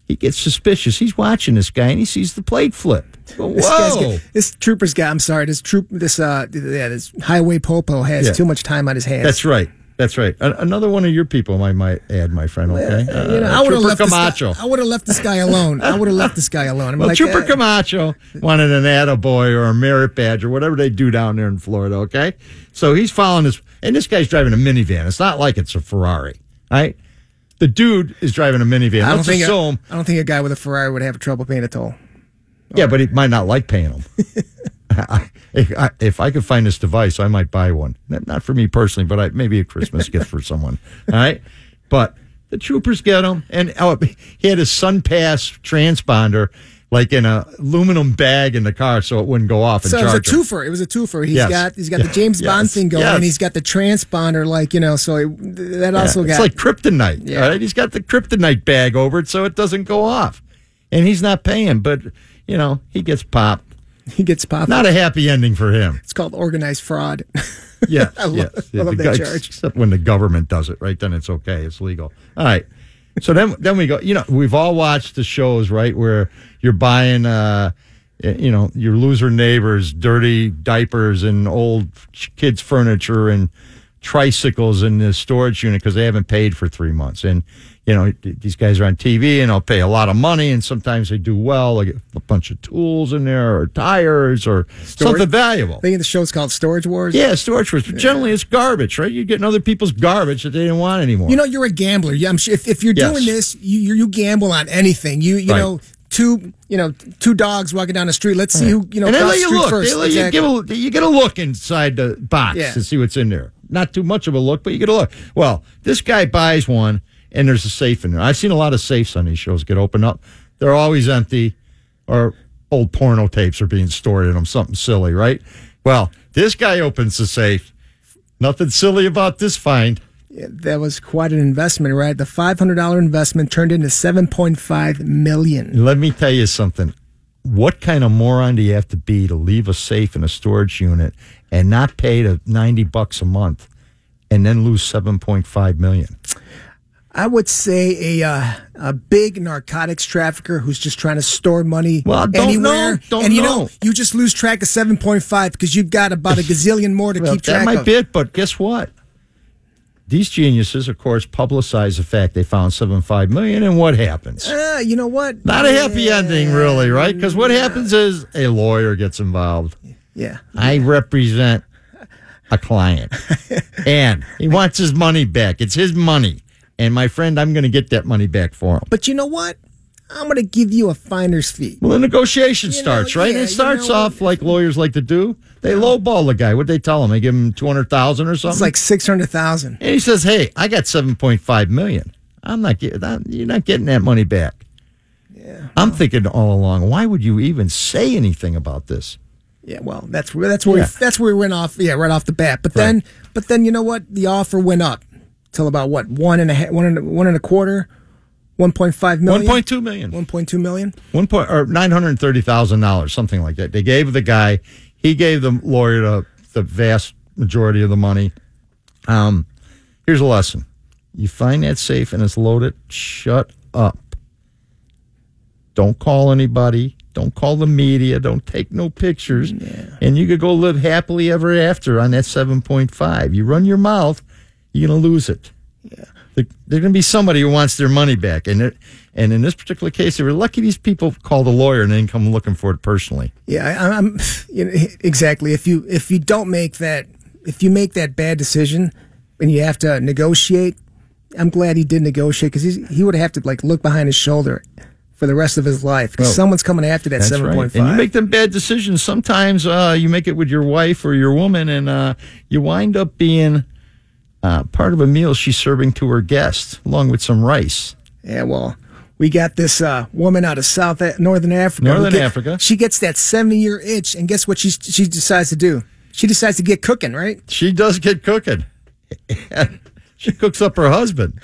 He gets suspicious. He's watching this guy, and he sees the plate flip. Well, This guy's whoa! got, this trooper's guy. I'm sorry. This troop. This uh. Yeah. This highway popo has Yeah. too much time on his hands. That's right. That's right. A- another one of your people, I might add, my friend. Okay, Uh, you know, Uh, I would have Trooper left. This Camacho. guy, I would have left this guy alone. I would have left this guy alone. I'm Well, like, Trooper eh, Camacho wanted an attaboy or a merit badge or whatever they do down there in Florida, okay? So he's following this, and this guy's driving a minivan. It's not like it's a Ferrari, right? The dude is driving a minivan. I don't Let's think. A, assume, I don't think a guy with a Ferrari would have trouble paying a toll. yeah, but he might not like paying them. if, I, if I could find this device, I might buy one. Not not for me personally, but I, maybe a Christmas gift for someone, all right? But the troopers get him, and oh, he had his SunPass transponder. Like in a aluminum bag in the car, so it wouldn't go off and So it charge was a him. twofer. It was a twofer. He's Yes. got he's got Yeah. the James Bond Yes. thing going, Yes. and he's got the transponder, like you know. So it, that also it's got like kryptonite. Yeah. All right, he's got the kryptonite bag over it, so it doesn't go off, and he's not paying. But you know, he gets popped. he gets popped. Not a happy ending for him. it's called organized fraud. Yes, I love- yes. I The love that guy- charge. Except when the government does it, right? Then it's okay. It's legal. All right. So then, then we go. You know, we've all watched the shows, right? Where you're buying, uh, you know, your loser neighbors' dirty diapers and old ch- kids' furniture and tricycles in the storage unit because they haven't paid for three months. And you know, th- these guys are on TV and they'll pay a lot of money, and sometimes they do well. Like a bunch of tools in there, or tires, or something valuable. I think the show's called Storage Wars. Yeah, storage was. But generally, it's garbage, right? You're getting other people's garbage that they didn't want anymore. You know, you're a gambler. Yeah, I'm sure if, if you're Yes. doing this, you, you you gamble on anything. You you Right. know two you know two dogs walking down the street. Let's see who you know. and they crossed let the you street look. First. They let Exactly. you give a, you get a look inside the box Yeah. to see what's in there. Not too much of a look, but you get a look. Well, this guy buys one, and there's a safe in there. I've seen a lot of safes on these shows get opened up. They're always empty, or old porno tapes are being stored in them. Something silly, right? Well, this guy opens the safe. Nothing silly about this find. Yeah, that was quite an investment, right? The five hundred dollar investment turned into seven point five million. Let me tell you something. What kind of moron do you have to be to leave a safe in a storage unit and not pay the 90 bucks a month and then lose 7.5 million? I would say a uh, a big narcotics trafficker who's just trying to store money Well, I don't anywhere. know. Don't and you know. know, you just lose track of seven point five because you've got about a gazillion more to Well, keep track that might of. be it, but guess what? These geniuses, of course, publicize the fact they found 7.5 million and what happens? Ah, you know what? Not a happy ending, really, right? Because what happens is a lawyer gets involved. Yeah. I represent a client and he wants his money back. It's his money. And my friend, I'm going to get that money back for him. But you know what? I'm going to give you a finer's fee. Well, the negotiation know, starts, right? yeah, it you starts know, off like lawyers like to do. They lowball the guy. What'd they tell him? They give him 200000 or something? It's like 600,000. and he says, hey, I got $7.5 million. I'm not getting that. You're not getting that money back. Yeah. I'm thinking all along, why would you even say anything about this? Yeah, well, that's where that's where Yeah. we, that's where we went off. Yeah, right off the bat. But then, but then you know what? The offer went up till about what one and a half, one and a, one and a quarter, one point five million, 1.2 million. one point two million. one point or nine hundred thirty thousand dollars, something like that. They gave the guy, he gave the lawyer the, the vast majority of the money. Um, here's a lesson: you find that safe and it's loaded, shut up. Don't call anybody. Don't call the media. Don't take no pictures. And you could go live happily ever after on that seven point five. You run your mouth, you're gonna lose it. There- There's going to be somebody who wants their money back, and it- and in this particular case, they were lucky these people called a lawyer and didn't come looking for it personally. Yeah, I, I'm you know, exactly. If you if you don't make that if you make that bad decision and you have to negotiate, I'm glad he did negotiate because he would have to like look behind his shoulder for the rest of his life because Well, someone's coming after that That's seven point right. five. And you make them bad decisions. Sometimes uh, you make it with your wife or your woman, and uh, you wind up being uh, part of a meal she's serving to her guests, along with some rice. Yeah, well, we got this uh, woman out of South uh, Northern Africa. who Northern get- Africa. She gets that seven-year itch, and guess what? She she decides to do. She decides to get cooking, right? She does get cooking. she cooks up her husband.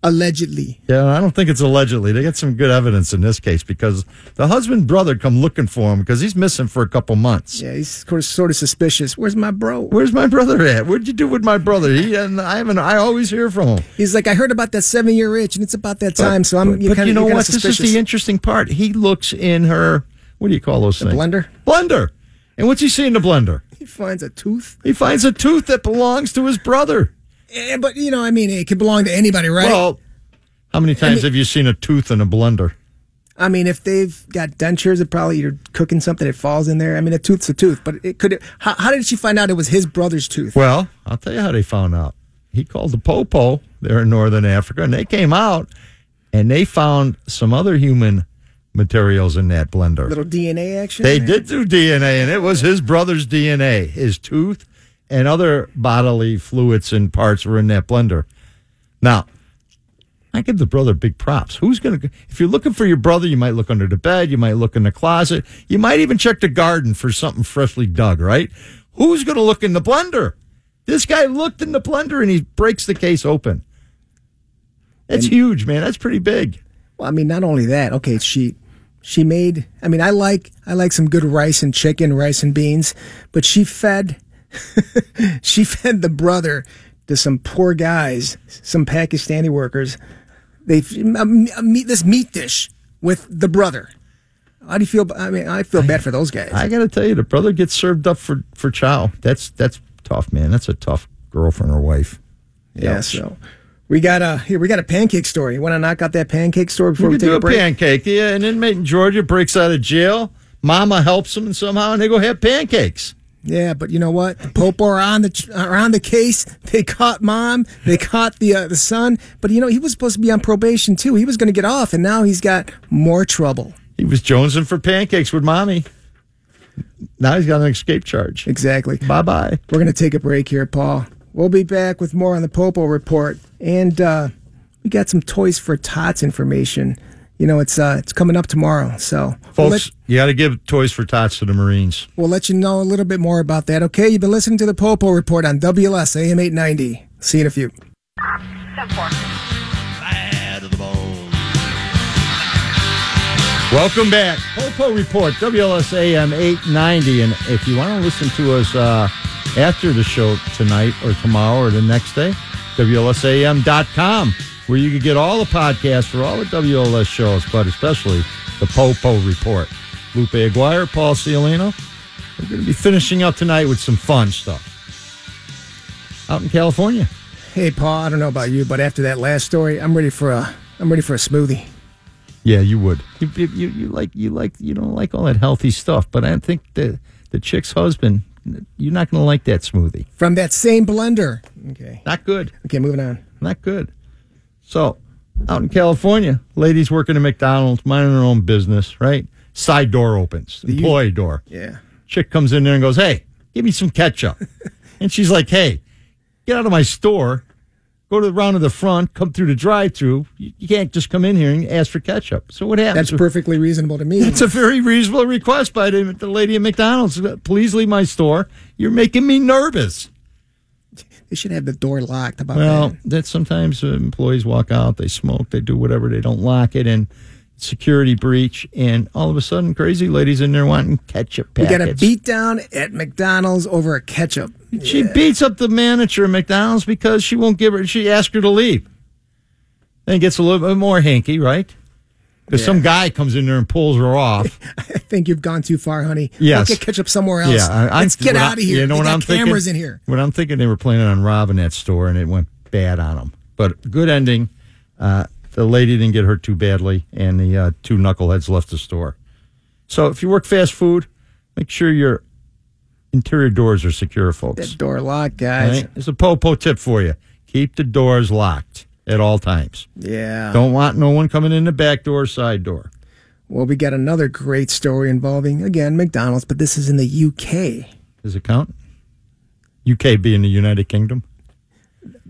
Allegedly. Yeah, I don't think it's allegedly. They got some good evidence in this case because the husband brother come looking for him because he's missing for a couple months. Yeah, he's sort of, sort of suspicious. Where's my bro? Where's my brother at? What'd you do with my brother? He and I haven't. I always hear from him. He's like, I heard about that seven-year itch, and it's about that time. so I'm. But, you're but kinda, you know you're kinda what? Suspicious. This is the interesting part. He looks in her. What do you call those things? blender? Blender. And what's he see in the blender? He finds a tooth. He finds a tooth that belongs to his brother. Eh, but you know, I mean, it could belong to anybody, right? Well, how many times have you seen a tooth in a blender? I mean, if they've got dentures, it probably you're cooking something, it falls in there. I mean, a tooth's a tooth, but it could. How, how did she find out it was his brother's tooth? Well, I'll tell you how they found out. He called the Popo there in northern Africa, and they came out and they found some other human materials in that blender. Little DNA action. They did do DNA, and it was his brother's DNA. His tooth and other bodily fluids and parts were in that blender. Now, I give the brother big props. Who's going to, if you're looking for your brother, you might look under the bed, you might look in the closet, you might even check the garden for something freshly dug, right? Who's going to look in the blender? This guy looked in the blender and he breaks the case open. That's huge, man. That's pretty big. Well, I mean, not only that. Okay, she she made. I mean, I like I like some good rice and chicken, rice and beans, but she fed she fed the brother to some poor guys, some Pakistani workers. They a, a meat this meat dish with the brother. How do you feel? ab- I mean, I feel bad for those guys. I got to tell you, the brother gets served up for for chow. That's that's tough, man. That's a tough girlfriend or wife. yeah. Ouch. So we got a here we got a pancake story. You want to knock out that pancake story before we we, could take do a, a break? pancake. Yeah, an inmate in Georgia breaks out of jail. Mama helps him and somehow, and they go have pancakes. Yeah, but you know what? The Pope are on the are on the case. They caught mom. They caught the uh, the son. But you know he was supposed to be on probation too. He was going to get off, and now he's got more trouble. He was jonesing for pancakes with mommy. Now he's got an escape charge. Exactly. Bye bye. We're going to take a break here, Paul. We'll be back with more on the Popo report, and uh, we got some toys for tots information. You know it's uh, it's coming up tomorrow, so we'll let, Folks, you got to give toys for tots to the Marines. we'll let you know a little bit more about that. Okay, you've been listening to the Popo report on WLS AM eight ninety. See you in a few. 10-4. Bad to the bone. Welcome back. Popo Report, WLSAM 890. And if you want to listen to us uh, after the show tonight or tomorrow or the next day, WLSAM.com, where you can get all the podcasts for all the WLS shows, but especially the Popo Report. Lupe Aguirre, Paul Ciolino. We're going to be finishing up tonight with some fun stuff out in California. Hey, Paul. I don't know about you, but after that last story, I'm ready for a I'm ready for a smoothie. Yeah, you would. You, you, you, you like you like you don't like all that healthy stuff, but I think the the chick's husband, you're not going to like that smoothie. from that same blender. Okay. Not good. Okay, moving on. Not good. So, out in California, ladies working at McDonald's, minding their own business, right? Side door opens, employee door. Yeah. Chick comes in there and goes, "Hey, give me some ketchup," and she's like, "Hey, get out of my store." Go to the round of the front, come through the drive-through. You you can't just come in here and ask for ketchup. So what happens? That's perfectly reasonable to me. It's a very reasonable request by the, the lady at McDonald's. Uh, Please leave my store. You're making me nervous. they should have the door locked about Well, that. that sometimes uh, employees walk out, they smoke, they do whatever, they don't lock it, and security breach, and all of a sudden, crazy ladies in there wanting ketchup We packets. got a beat down at McDonald's over a ketchup. She beats up the manager at McDonald's because she won't give her. She asked her to leave. Then it gets a little bit more hanky, right? Because some guy comes in there and pulls her off. I think you've gone too far, honey. Yes. Let's get ketchup somewhere else. I- I- Let's get what I- out of here. You know They what got I'm thinking? cameras in here. What I'm thinking, they were planning on robbing that store, and it went bad on them. But good ending. Uh, the lady didn't get hurt too badly, and the uh, two knuckleheads left the store. So if you work fast food, make sure your interior doors are secure, folks. That door locked, All guys. right? It's a popo tip for you. Keep the doors locked. at all times. Yeah. Don't want no one coming in the back door, side door. Well, we got another great story involving, again, McDonald's, but this is in the UK. Does it count? UK being the United Kingdom.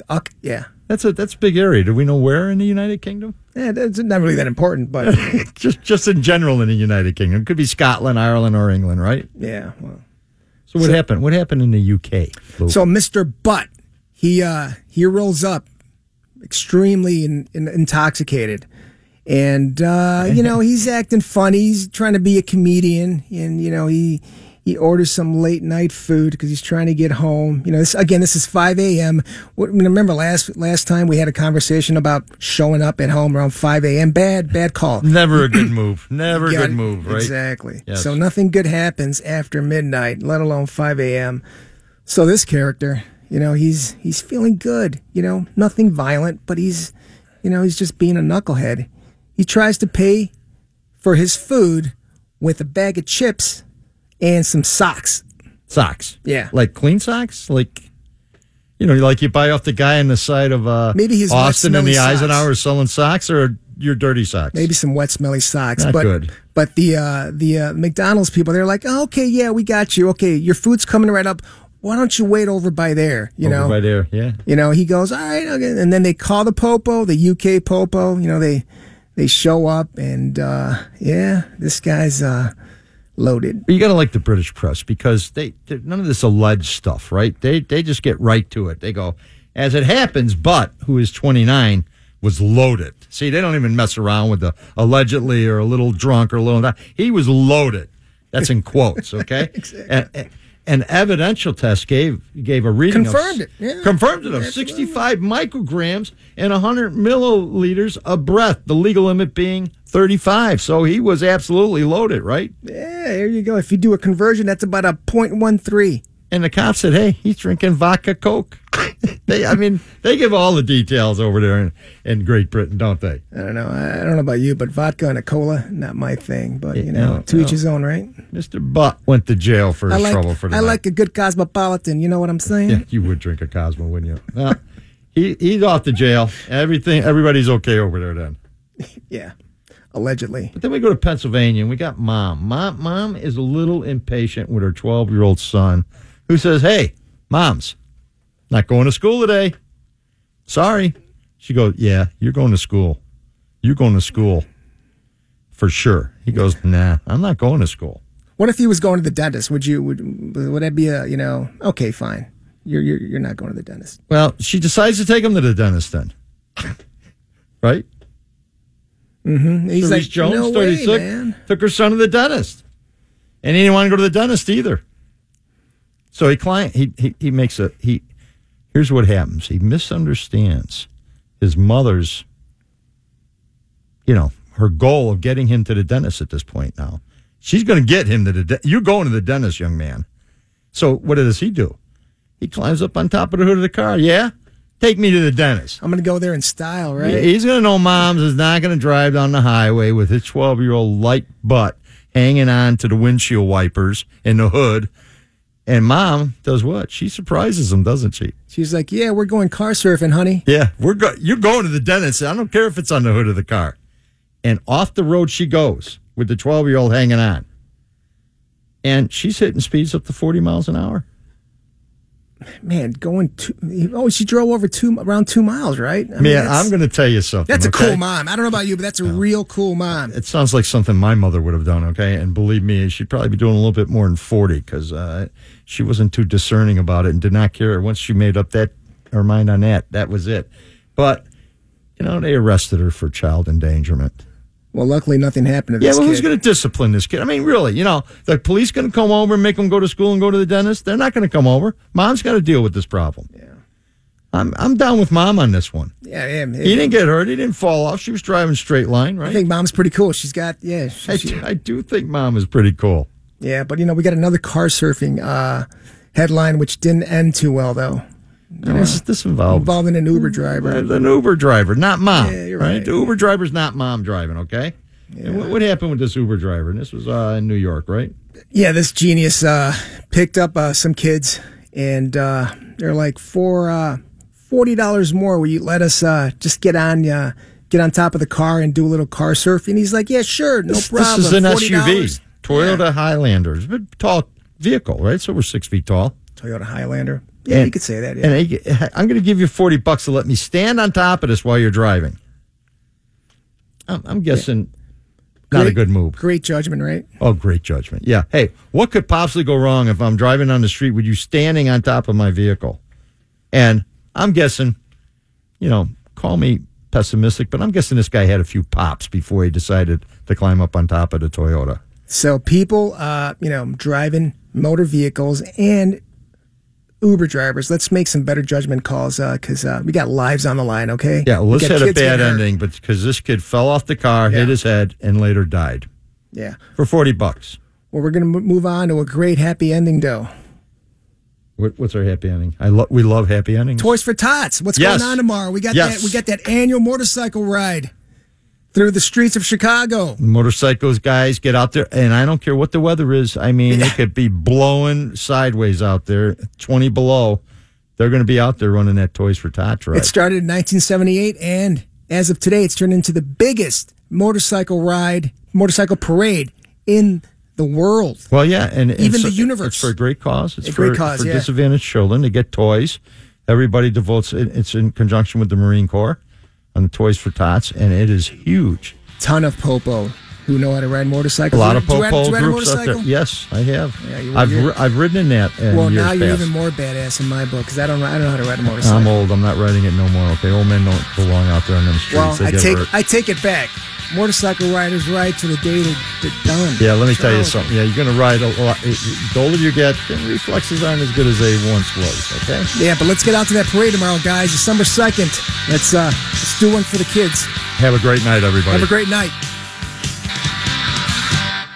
Uck- yeah. That's a that's a big area. Do we know where in the United Kingdom? Yeah, it's not really that important, but Just just in general in the United Kingdom. It could be Scotland, Ireland, or England, right? yeah. Well. So what happened? What happened in the UK? Lou? So Mr. Butt, he uh he rolls up extremely in, in, intoxicated. And uh, you know, he's acting funny, he's trying to be a comedian and you know, he he orders some late night food because he's trying to get home. You know, this, again, this is 5 a.m. What, I mean, remember last last time we had a conversation about showing up at home around 5 a.m. Bad, bad call. never a good move. Never a Yeah, good move, right? Exactly. Yes. So nothing good happens after midnight, let alone 5 a.m. So this character, you know, he's he's feeling good. You know, nothing violent, but he's, you know, he's just being a knucklehead. He tries to pay for his food with a bag of chips and some socks. Socks. Yeah. Like clean socks? Like you know, like you buy off the guy on the side of uh Maybe he's not Austin and smelly the socks. Eisenhower selling socks or your dirty socks. Maybe some wet, smelly socks. Not but good. but the uh, the uh, McDonald's people, they're like, oh, okay, yeah, we got you. Okay, your food's coming right up. Why don't you wait over by there? You know, right there. Yeah. You know, he goes, all right, okay. And then they call the Popo, the UK Popo. You know, they they show up and uh, yeah, this guy's uh, loaded. But you got to like the British press because they they're- none of this alleged stuff, right? They they just get right to it. They go, as it happens, but who is 29 was loaded. See, they don't even mess around with the allegedly or a little drunk or a little. Not. He was loaded. That's in quotes, okay? and, and- an evidential test gave gave a reading of- Confirmed it, yeah. confirmed it of 65 micrograms and 100 milliliters of breath. The legal limit being 35. So he was absolutely loaded, right? Yeah, there you go. If you do a conversion, that's about a 0.13. And the cop said, "Hey, he's drinking vodka coke." they, I mean, they give all the details over there in, in Great Britain, don't they? I don't know. I I don't know about you, but vodka and a cola, not my thing. But you Yeah, know, no, to each no. his own, right? Mister Butt went to jail for his I like trouble for the I night. like a good cosmopolitan. You know what I'm saying? Yeah, you would drink a Cosmo, wouldn't you? Well, he he's off to jail. Everything, everybody's okay over there then. yeah. Allegedly. But then we go to Pennsylvania and we got mom. Mom, mom is a little impatient with her 12 year old son who says, Hey, mom's not going to school today. Sorry. She goes, Yeah, you're going to school. You're going to school for sure. He goes, Nah, I'm not going to school. What if he was going to the dentist? Would you would would that be a you know? Okay, fine. You're you're you're not going to the dentist. Well, she decides to take him to the dentist then. right? And he's Therese like, Jones, no way, 36, man. took her son to the dentist. And he didn't want to go to the dentist either. So he client he, he he makes a he here's what happens. He misunderstands his mother's you know, her goal of getting him to the dentist at this point now. She's going to get him to the de- you're going to the dentist, young man. So what does he do? He climbs up on top of the hood of the car. Yeah? Take me to the dentist. I'm gonna go there in style, right? Yeah, He's going to know Moms is not going to drive down the highway with his 12 year old light butt hanging on to the windshield wipers in the hood. And Mom does what? She surprises him, doesn't she? She's like, yeah, we're going car surfing, honey. Yeah, we're go- you're going to the dentist. I don't care if it's on the hood of the car. And off the road she goes with the 12 year old hanging on. And she's hitting speeds up to 40 miles an hour. Man, going two. Oh, she drove over two around two miles, right? I mean, Man, that's- I'm going to tell you something. That's a okay? cool mom. I don't know about you, but that's a real cool mom. it sounds like something my mother would have done, okay? And believe me, she'd probably be doing a little bit more than 40 because uh, she wasn't too discerning about it and did not care. Once she made up that her mind on that, that was it. But, you know, they arrested her for child endangerment. Well, luckily, nothing happened to Yeah, this well, who's kid. going to discipline this kid? I mean, really, you know, the police going to come over and make him go to school and go to the dentist? They're not going to come over. Mom's got to deal with this problem. Yeah. I'm, I'm down with mom on this one. yeah, yeah. yeah. He didn't get hurt. He didn't fall off. She was driving straight line, right? I think mom's pretty cool. She's got yeah, she- I she- do- I do think mom is pretty cool. yeah. But you know, we got another car surfing uh, headline, which didn't end too well though, And This, this involved involving an Uber driver. an Uber driver, not mom. Yeah, you're right. right. The Uber driver's not mom driving, okay? And what, what happened with this Uber driver? And this was uh, in New York, right? Yeah, this genius uh, picked up uh, some kids, and uh, they're like four uh, forty dollars more. Will you let us uh, just get on uh, get on top of the car and do a little car surfing?" He's like, "Yeah, sure, no This- problem." This is an $40. SUV, Toyota Highlander. It's a big, tall vehicle, right? So we're six feet tall. Toyota Highlander. Yeah, And- you could say that. Yeah. And I, I'm going to give you 40 bucks to let me stand on top of this while you're driving. I'm, I'm guessing not a Great- good move. Great judgment, right? Oh, great judgment. Yeah. Hey, what could possibly go wrong if I'm driving on the street with you standing on top of my vehicle? And I'm guessing, you know, call me pessimistic, but I'm guessing this guy had a few pops before he decided to climb up on top of the Toyota. So people, uh, you know, driving motor vehicles and Uber drivers, let's make some better judgment calls because uh, we got lives on the line. Okay. Yeah, well, We this got had a kids bad getting hurt. ending, but because this kid fell off the car, Yeah. hit his head, and later died Yeah. for 40 bucks. Well, we're gonna m- move on to a great happy ending, though. What, what's our happy ending? I lo- we love happy endings. Toys for Tots. What's Yes. going on tomorrow? We got Yes. that. We got that annual motorcycle ride through the streets of Chicago. motorcycles guys get out there and i don't care what the weather is i mean it could be blowing sideways out there 20 below they're going to be out there running that toys for tots ride It started in 1978, and as of today, it's turned into the biggest motorcycle ride, motorcycle parade in the world. well yeah and, and Even so- the universe. it's for a great cause it's A for, great cause, for yeah. disadvantaged children to get toys everybody devotes it, it's in conjunction with the marine corps on the toys for tots and it is huge Ton of popo who know how to ride a motorcycles. lot of Do you ride- do popo you ride a groups out there motorcycle? yes i have Yeah, you- I've, you're- ri- I've ridden in that in Well, years now you're past. even more badass in my book because I don't, I don't know how to ride a motorcycle. I'm old. I'm not riding it no more. Okay, old men don't belong out there on them streets. well, they I get take, hurt. I take it back. Motorcycle riders ride to the day they're, they're done. yeah, let me tell you Oh. something. Yeah, you're going to ride a lot. The older you get, then reflexes aren't as good as they once was. Okay. Yeah, but let's get out to that parade tomorrow, guys. December 2nd. Let's, uh, let's do one for the kids. Have a great night, everybody. Have a great night.